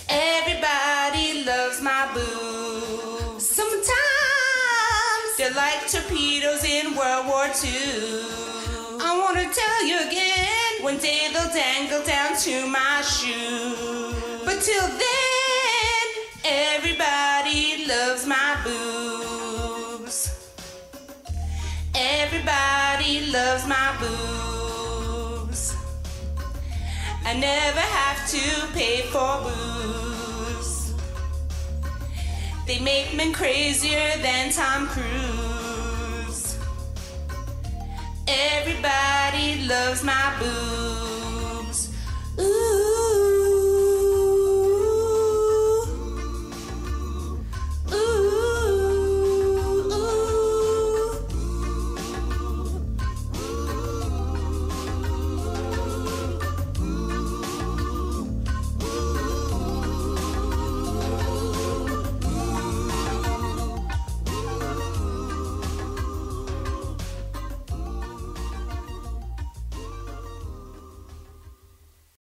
Everybody loves my boo. Sometimes they're like torpedoes in World War II. I wanna tell you again, one day they'll dangle down to my shoe. But till then, everybody loves my boobs. Everybody loves my boobs. I never have to pay for booze. They make men crazier than Tom Cruise. Everybody loves my boobs.